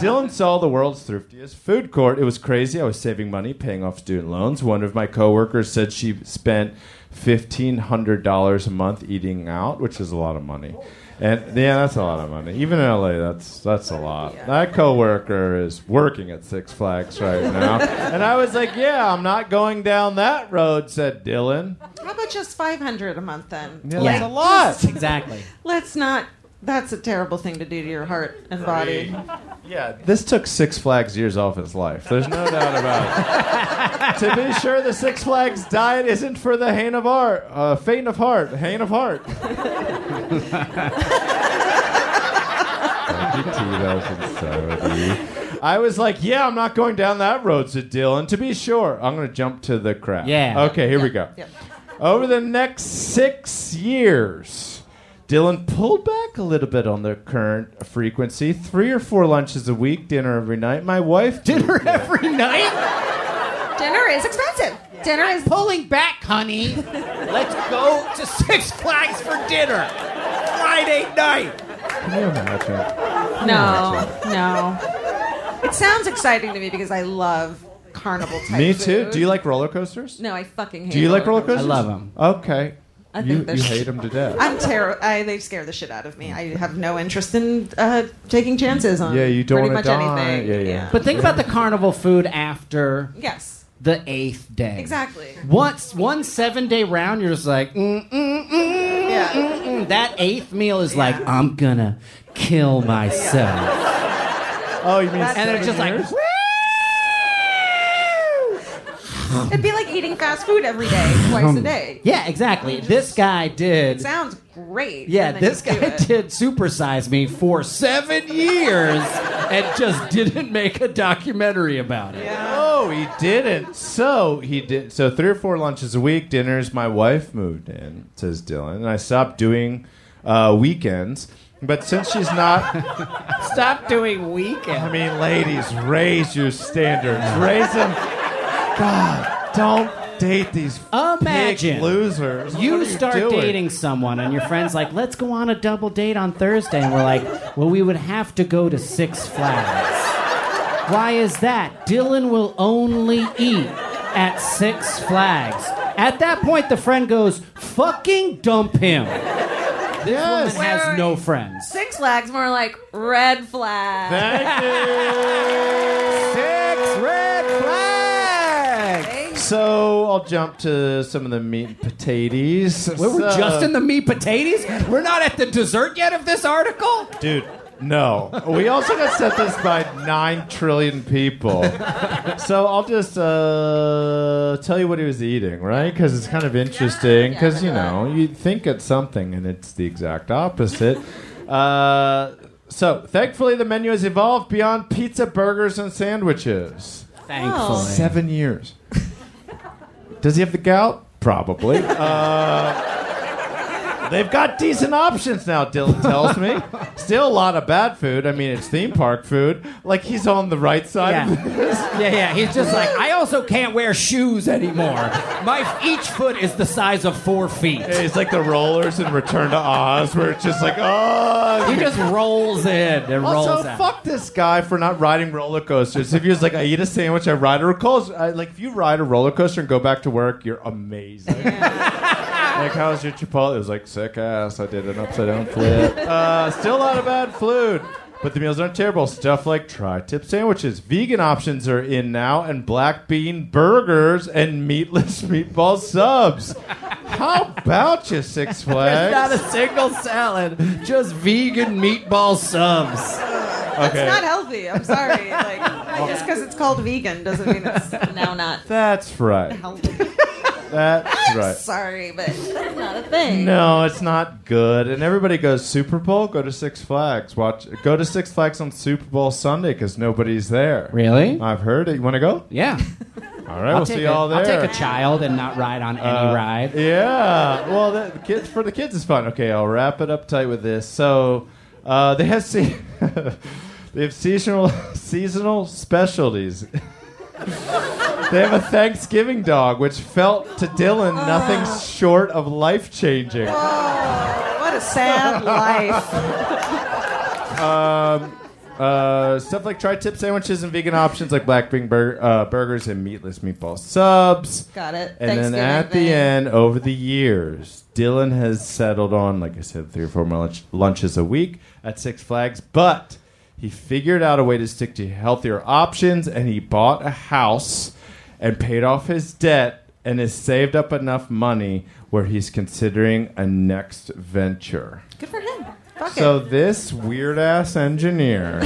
Speaker 3: Dylan saw the world's thriftiest food court. It was crazy. I was saving money, paying off student loans. One of my coworkers said she spent $1,500 a month eating out, which is a lot of money. And yeah, that's a lot of money. Even in LA, that's that's a lot. That coworker is working at Six Flags right now. and I was like, "Yeah, I'm not going down that road," said Dylan.
Speaker 4: How about just five hundred a month then?
Speaker 3: Yeah,
Speaker 2: Yeah.
Speaker 3: that's a lot.
Speaker 2: exactly.
Speaker 4: Let's not. That's a terrible thing to do to your heart and body.
Speaker 3: Yeah, this took Six Flags years off his life. There's no doubt about it. to be sure, the Six Flags diet isn't for the haint of heart, uh, faint of heart, haint of heart. Back in 2070. I was like, yeah, I'm not going down that road, said Dylan. To be sure, I'm going to jump to the crap.
Speaker 2: Yeah.
Speaker 3: Okay, here we go.
Speaker 4: Yep.
Speaker 3: Over the next six years, Dylan pulled back a little bit on the current frequency. Three or four lunches a week, dinner every night. My wife did
Speaker 2: Dinner every night?
Speaker 4: Dinner is expensive. Dinner is.
Speaker 2: Pulling back, honey. Let's go to Six Flags for dinner. Friday night.
Speaker 4: No, no. It sounds exciting to me because I love carnival type.
Speaker 3: Me too.
Speaker 4: food.
Speaker 3: Do you like roller coasters?
Speaker 4: No, I fucking hate.
Speaker 3: Do you like roller coasters?
Speaker 2: I love 'em.
Speaker 3: Okay.
Speaker 4: I
Speaker 3: you
Speaker 4: think they're
Speaker 3: you
Speaker 4: sh-
Speaker 3: hate them to death.
Speaker 4: I'm terrified. They scare the shit out of me. I have no interest in uh, taking chances on.
Speaker 3: Yeah, you don't
Speaker 4: pretty
Speaker 3: wanna
Speaker 4: much
Speaker 3: die.
Speaker 4: anything.
Speaker 3: Yeah, yeah.
Speaker 2: But think about the carnival food after
Speaker 4: yes,
Speaker 2: the eighth day.
Speaker 4: exactly.
Speaker 2: Once one seven day round, you're just like, mm, mm, mm,
Speaker 4: Yeah.
Speaker 2: mm, mm. that eighth meal is like, I'm gonna kill myself,
Speaker 3: oh, you mean
Speaker 2: and it's just like,
Speaker 4: It'd be like eating fast food every day, twice
Speaker 3: Um,
Speaker 4: a day.
Speaker 2: yeah, exactly. This guy did.
Speaker 4: Sounds great.
Speaker 2: Yeah,
Speaker 4: and then
Speaker 2: this
Speaker 4: you do
Speaker 2: guy
Speaker 4: it.
Speaker 2: did supersize me for seven years and just didn't make a documentary about it.
Speaker 3: Oh, he didn't. So he did. So three or four lunches a week, dinners. My wife moved in, says Dylan, and I stopped doing uh, weekends. But since she's not,
Speaker 2: Stop doing weekend.
Speaker 3: I mean, ladies, raise your standards. Raise them. God, don't date these
Speaker 2: Imagine.
Speaker 3: pig losers.
Speaker 2: You
Speaker 3: What are
Speaker 2: start
Speaker 3: doing?
Speaker 2: dating someone, and your friend's like, let's go on a double date on Thursday. And we're like, well, we would have to go to Six Flags. Why is that? Dylan will only eat at Six Flags. At that point, the friend goes, fucking dump him. This
Speaker 3: Yes.
Speaker 2: woman has no friends.
Speaker 4: Six flags, more like red flag.
Speaker 3: Thank you.
Speaker 6: Six red flags.
Speaker 3: So I'll jump to some of the meat and potatoes.
Speaker 2: We were
Speaker 3: So-
Speaker 2: just in the meat potatoes. We're not at the dessert yet of this article.
Speaker 3: Dude, no. We also got set this by 9 trillion people. So I'll just uh, tell you what he was eating, right? Because it's kind of interesting. Because, you know, you think it's something and it's the exact opposite. Uh, so, thankfully, the menu has evolved beyond pizza, burgers, and sandwiches.
Speaker 2: Thankfully.
Speaker 3: Seven years. Does he have the gout? Probably. Uh, they've got decent options now, Dylan tells me. Still a lot of bad food. I mean, it's theme park food. Like, he's on the right side
Speaker 2: Yeah.
Speaker 3: of this.
Speaker 2: Yeah, yeah. He's just like, I also can't wear shoes anymore. My each foot is the size of four feet.
Speaker 3: It's like the rollers in Return to Oz, where it's just like, oh.
Speaker 2: He just rolls in and rolls
Speaker 3: Also,
Speaker 2: out.
Speaker 3: fuck this guy for not riding roller coasters. If he was like, I eat a sandwich, I ride a roller coaster. I, like, if you ride a roller coaster and go back to work, you're amazing. like, how was your Chipotle? It was like, sick ass. I did an upside down flip. Uh, still a lot of bad food. But the meals aren't terrible. Stuff like tri tip sandwiches, vegan options are in now, and black bean burgers and meatless meatball subs. How about you, Six Flags?
Speaker 2: Not a single salad, just vegan meatball subs.
Speaker 4: That's not healthy. I'm sorry. Like, just because it's called vegan doesn't mean it's now not
Speaker 3: That's right.
Speaker 4: healthy.
Speaker 3: That's right.
Speaker 4: Sorry, but that's not a thing.
Speaker 3: No, it's not good. And everybody goes Super Bowl. Go to Six Flags. Watch. Go to Six Flags on Super Bowl Sunday because nobody's there.
Speaker 2: Really?
Speaker 3: I've heard it. You want to go?
Speaker 2: Yeah.
Speaker 3: All right, we'll see
Speaker 2: take
Speaker 3: you all
Speaker 2: a-
Speaker 3: there.
Speaker 2: I'll take a child and not ride on any
Speaker 3: Uh,
Speaker 2: ride.
Speaker 3: Yeah. Well, the kids for the kids is fun. Okay, I'll wrap it up tight with this. So uh, they have se- they have seasonal seasonal specialties. they have a Thanksgiving dog, which felt to Dylan nothing
Speaker 2: Ah.
Speaker 3: short of life changing.
Speaker 4: What a sad life.
Speaker 3: Uh, stuff like tri-tip sandwiches and vegan options like black bean bur- uh, burgers and meatless meatball subs.
Speaker 4: Got it.
Speaker 3: And then
Speaker 4: Thanksgiving
Speaker 3: at the
Speaker 4: thing.
Speaker 3: end, over the years, Dylan has settled on, like I said, three or four lunch- lunches a week at Six Flags, but he figured out a way to stick to healthier options and he bought a house and paid off his debt and has saved up enough money where he's considering a next venture.
Speaker 4: Good for him. Fuck
Speaker 3: So
Speaker 4: it.
Speaker 3: this weird ass engineer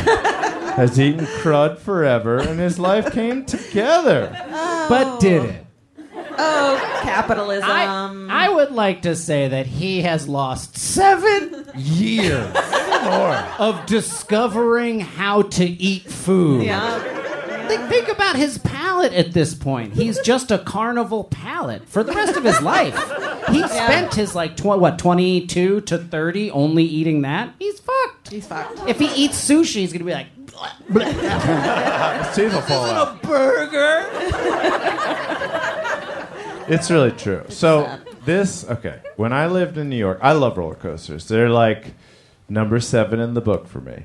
Speaker 3: has eaten crud forever, and his life came together.
Speaker 2: But did it.
Speaker 4: Oh, capitalism. Um,
Speaker 2: I, I would like to say that he has lost seven years of discovering how to eat food.
Speaker 4: yeah.
Speaker 2: Think, think about his palate at this point. He's just a carnival palate for the rest of his life. He spent his like tw- what twenty two to thirty only eating that. He's fucked.
Speaker 4: He's fucked.
Speaker 2: If he eats sushi, he's gonna be like.
Speaker 3: His teeth will fall out.
Speaker 2: Burger.
Speaker 3: It's really true. So this, okay. When I lived in New York, I love roller coasters. They're like number seven in the book for me.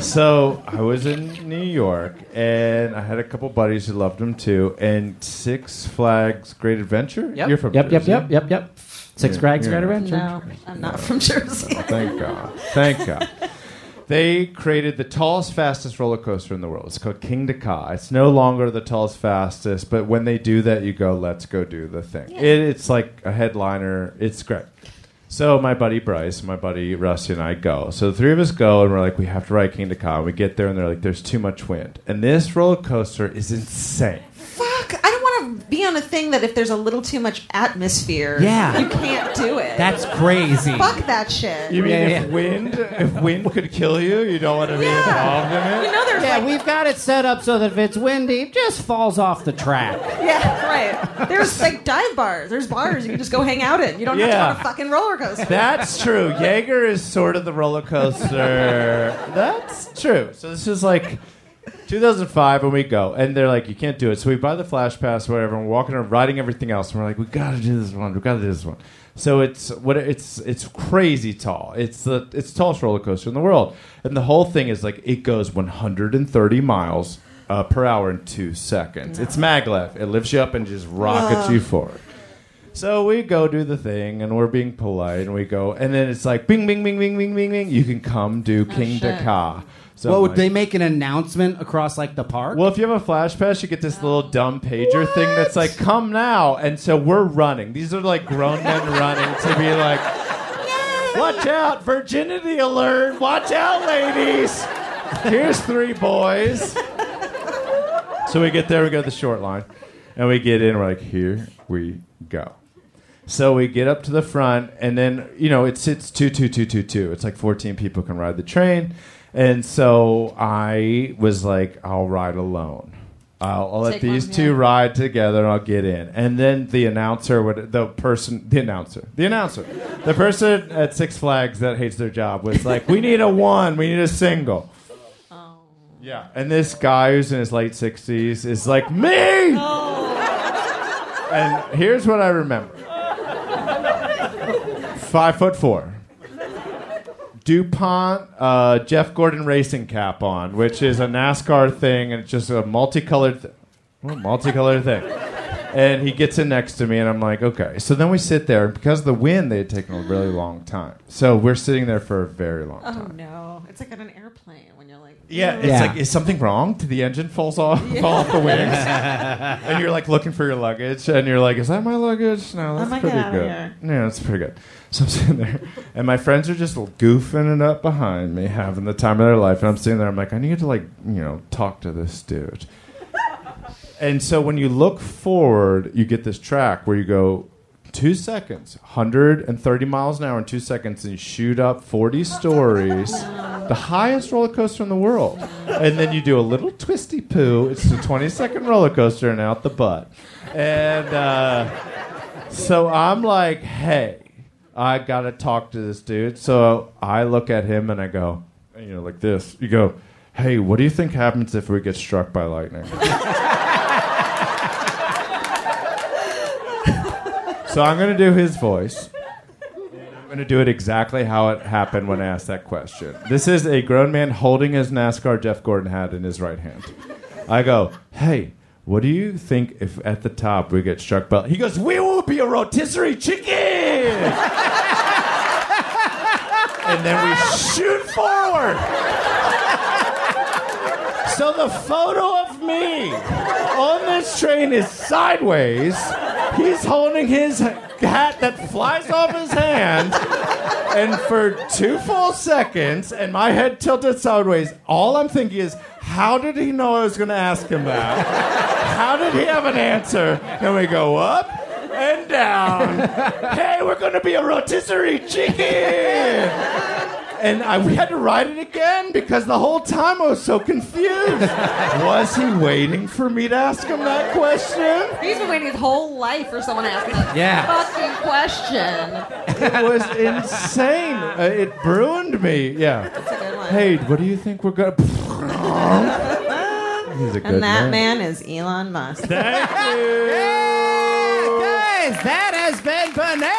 Speaker 3: So I was in New York, and I had a couple buddies who loved them too. And Six Flags Great Adventure. You're from
Speaker 2: yep, yep,
Speaker 3: Jersey.
Speaker 2: yep, yep, yep. Six Flags
Speaker 3: yeah.
Speaker 2: Great Adventure.
Speaker 4: No, I'm not from Jersey.
Speaker 3: Thank God. Thank God. They created the tallest, fastest roller coaster in the world. It's called King to Ka. It's no longer the tallest, fastest, but when they do that, you go, let's go do the thing. It, it's like a headliner. It's great. So my buddy Bryce, my buddy Rusty, and I go. So the three of us go, and we're like, we have to ride King to Ka. And we get there, and they're like, there's too much wind. And this roller coaster is insane.
Speaker 4: Fuck. I don't want to be on a thing that if there's a little too much atmosphere,
Speaker 2: Yeah.
Speaker 4: you can't do it.
Speaker 2: That's crazy.
Speaker 4: Fuck that shit.
Speaker 3: You mean
Speaker 2: Yeah,
Speaker 3: if
Speaker 2: yeah.
Speaker 3: wind, if wind could kill you, you don't want to be
Speaker 4: Yeah.
Speaker 3: involved in it.
Speaker 4: You know there's
Speaker 2: Yeah,
Speaker 4: like
Speaker 2: we've got it set up so that if it's windy, it just falls off the track.
Speaker 4: yeah right. There's like dive bars. There's bars you can just go hang out in. You don't have to
Speaker 3: Yeah.
Speaker 4: on a fucking roller coaster.
Speaker 3: That's true. Jaeger is sort of the roller coaster. That's true. So this is like 2005 when we go, and they're like, "You can't do it." So we buy the flash pass, whatever, and we're walking around riding everything else, and we're like, "We gotta do this one. We gotta do this one." So it's what it's it's crazy tall. It's the it's the tallest roller coaster in the world, and the whole thing is like it goes 130 miles uh, per hour in two seconds. It's maglev. It lifts you up and just rockets you forward. So we go do the thing, and we're being polite, and we go, and then it's like, bing, bing, bing, bing, bing, bing, bing. You can come do King
Speaker 4: shit.
Speaker 3: Dakar. So
Speaker 2: Well,
Speaker 3: I'm
Speaker 2: would
Speaker 3: like,
Speaker 2: they make an announcement across like the park?
Speaker 3: well, if you have a flash pass, you get this little dumb pager thing that's like, come now. And so we're running. These are like grown men running to be like, watch out, virginity alert. Watch out, ladies. Here's three boys. So we get there, we go to the short line, and we get in. We're like, here we go. So we get up to the front, and then you know it sits two, two, two, two, two. It's like fourteen people can ride the train, and so I was like, I'll ride alone. I'll, I'll let
Speaker 4: Take one,
Speaker 3: these
Speaker 4: yeah.
Speaker 3: two ride together, and I'll get in. And then the announcer would, the person, the announcer, the announcer, the person at Six Flags that hates their job was like, we need a one, we need a single. Yeah, and this guy who's in his late sixties is like me. And here's what I remember: five foot four, Dupont, uh, Jeff Gordon racing cap on, which is a NASCAR thing, and it's just a multicolored, th- well, multicolored thing. And he gets in next to me, and I'm like, okay. So then we sit there, and because of the wind, they had taken a really long time. So we're sitting there for a very long time.
Speaker 4: Oh no! It's like on an airplane when you're like,
Speaker 3: Yeah, it's
Speaker 2: Yeah.
Speaker 3: like, is something wrong? Did the engine falls off, fall off the wings? and you're like looking for your luggage, and you're like, is that my luggage? No, that's
Speaker 4: Oh my God,
Speaker 3: pretty
Speaker 4: outta
Speaker 3: good.
Speaker 4: here.
Speaker 3: Yeah, that's pretty good. So I'm sitting there, and my friends are just goofing it up behind me, having the time of their life. And I'm sitting there, I'm like, I need to like, you know, talk to this dude. and so when you look forward, you get this track where you go. Two seconds, 130 miles an hour in two seconds, and you shoot up 40 stories the highest roller coaster in the world. And then you do a little twisty poo. It's the 20 second roller coaster and out the butt. And uh, so I'm like, hey, I got to talk to this dude. So I look at him and I go, you know, like this. You go, hey, what do you think happens if we get struck by lightning? so I'm going to do his voice. I'm going to do it exactly how it happened when I asked that question. This is a grown man holding his NASCAR Jeff Gordon hat in his right hand. I go, hey, what do you think if at the top we get struck by? He goes, we will be a rotisserie chicken. and then we shoot forward. So the photo of me on this train is sideways. He's holding his hat that flies off his hand. And for two full seconds, and my head tilted sideways, all I'm thinking is, how did he know I was going to ask him that? How did he have an answer? And we go up and down. hey, we're going to be a rotisserie chicken. And I, we had to write it again because the whole time I was so confused. Was he waiting for me to ask him that question?
Speaker 4: he's been waiting his whole life for someone to ask him that
Speaker 2: yeah.
Speaker 4: fucking question.
Speaker 3: It was insane. Uh, it ruined me. Yeah.
Speaker 4: That's a good one.
Speaker 3: Hey, what do you think we're gonna? He's a good
Speaker 4: and that
Speaker 3: man.
Speaker 4: man. is Elon Musk.
Speaker 3: Thank you.
Speaker 2: Guys, that has been bananas.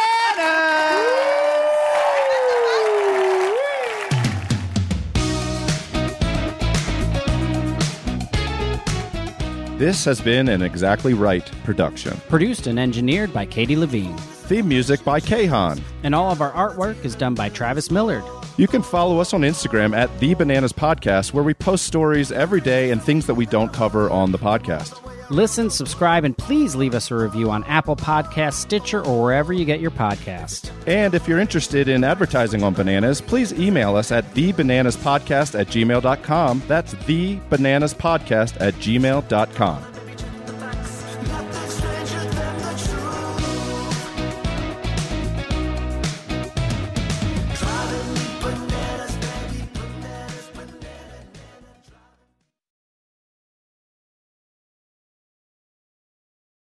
Speaker 7: This has been an Exactly Right production.
Speaker 2: Produced and engineered by Katie Levine,
Speaker 7: Theme music by Kahan.
Speaker 2: and all of our artwork is done by Travis Millard.
Speaker 7: You can follow us on Instagram at The Bananas Podcast, where we post stories every day and things that we don't cover on the podcast.
Speaker 2: Listen, subscribe, and please leave us a review on Apple Podcasts, Stitcher, or wherever you get your podcast.
Speaker 7: And if you're interested in advertising on bananas, please email us at thebananaspodcast at gmail.com. That's thebananaspodcast at gmail.com.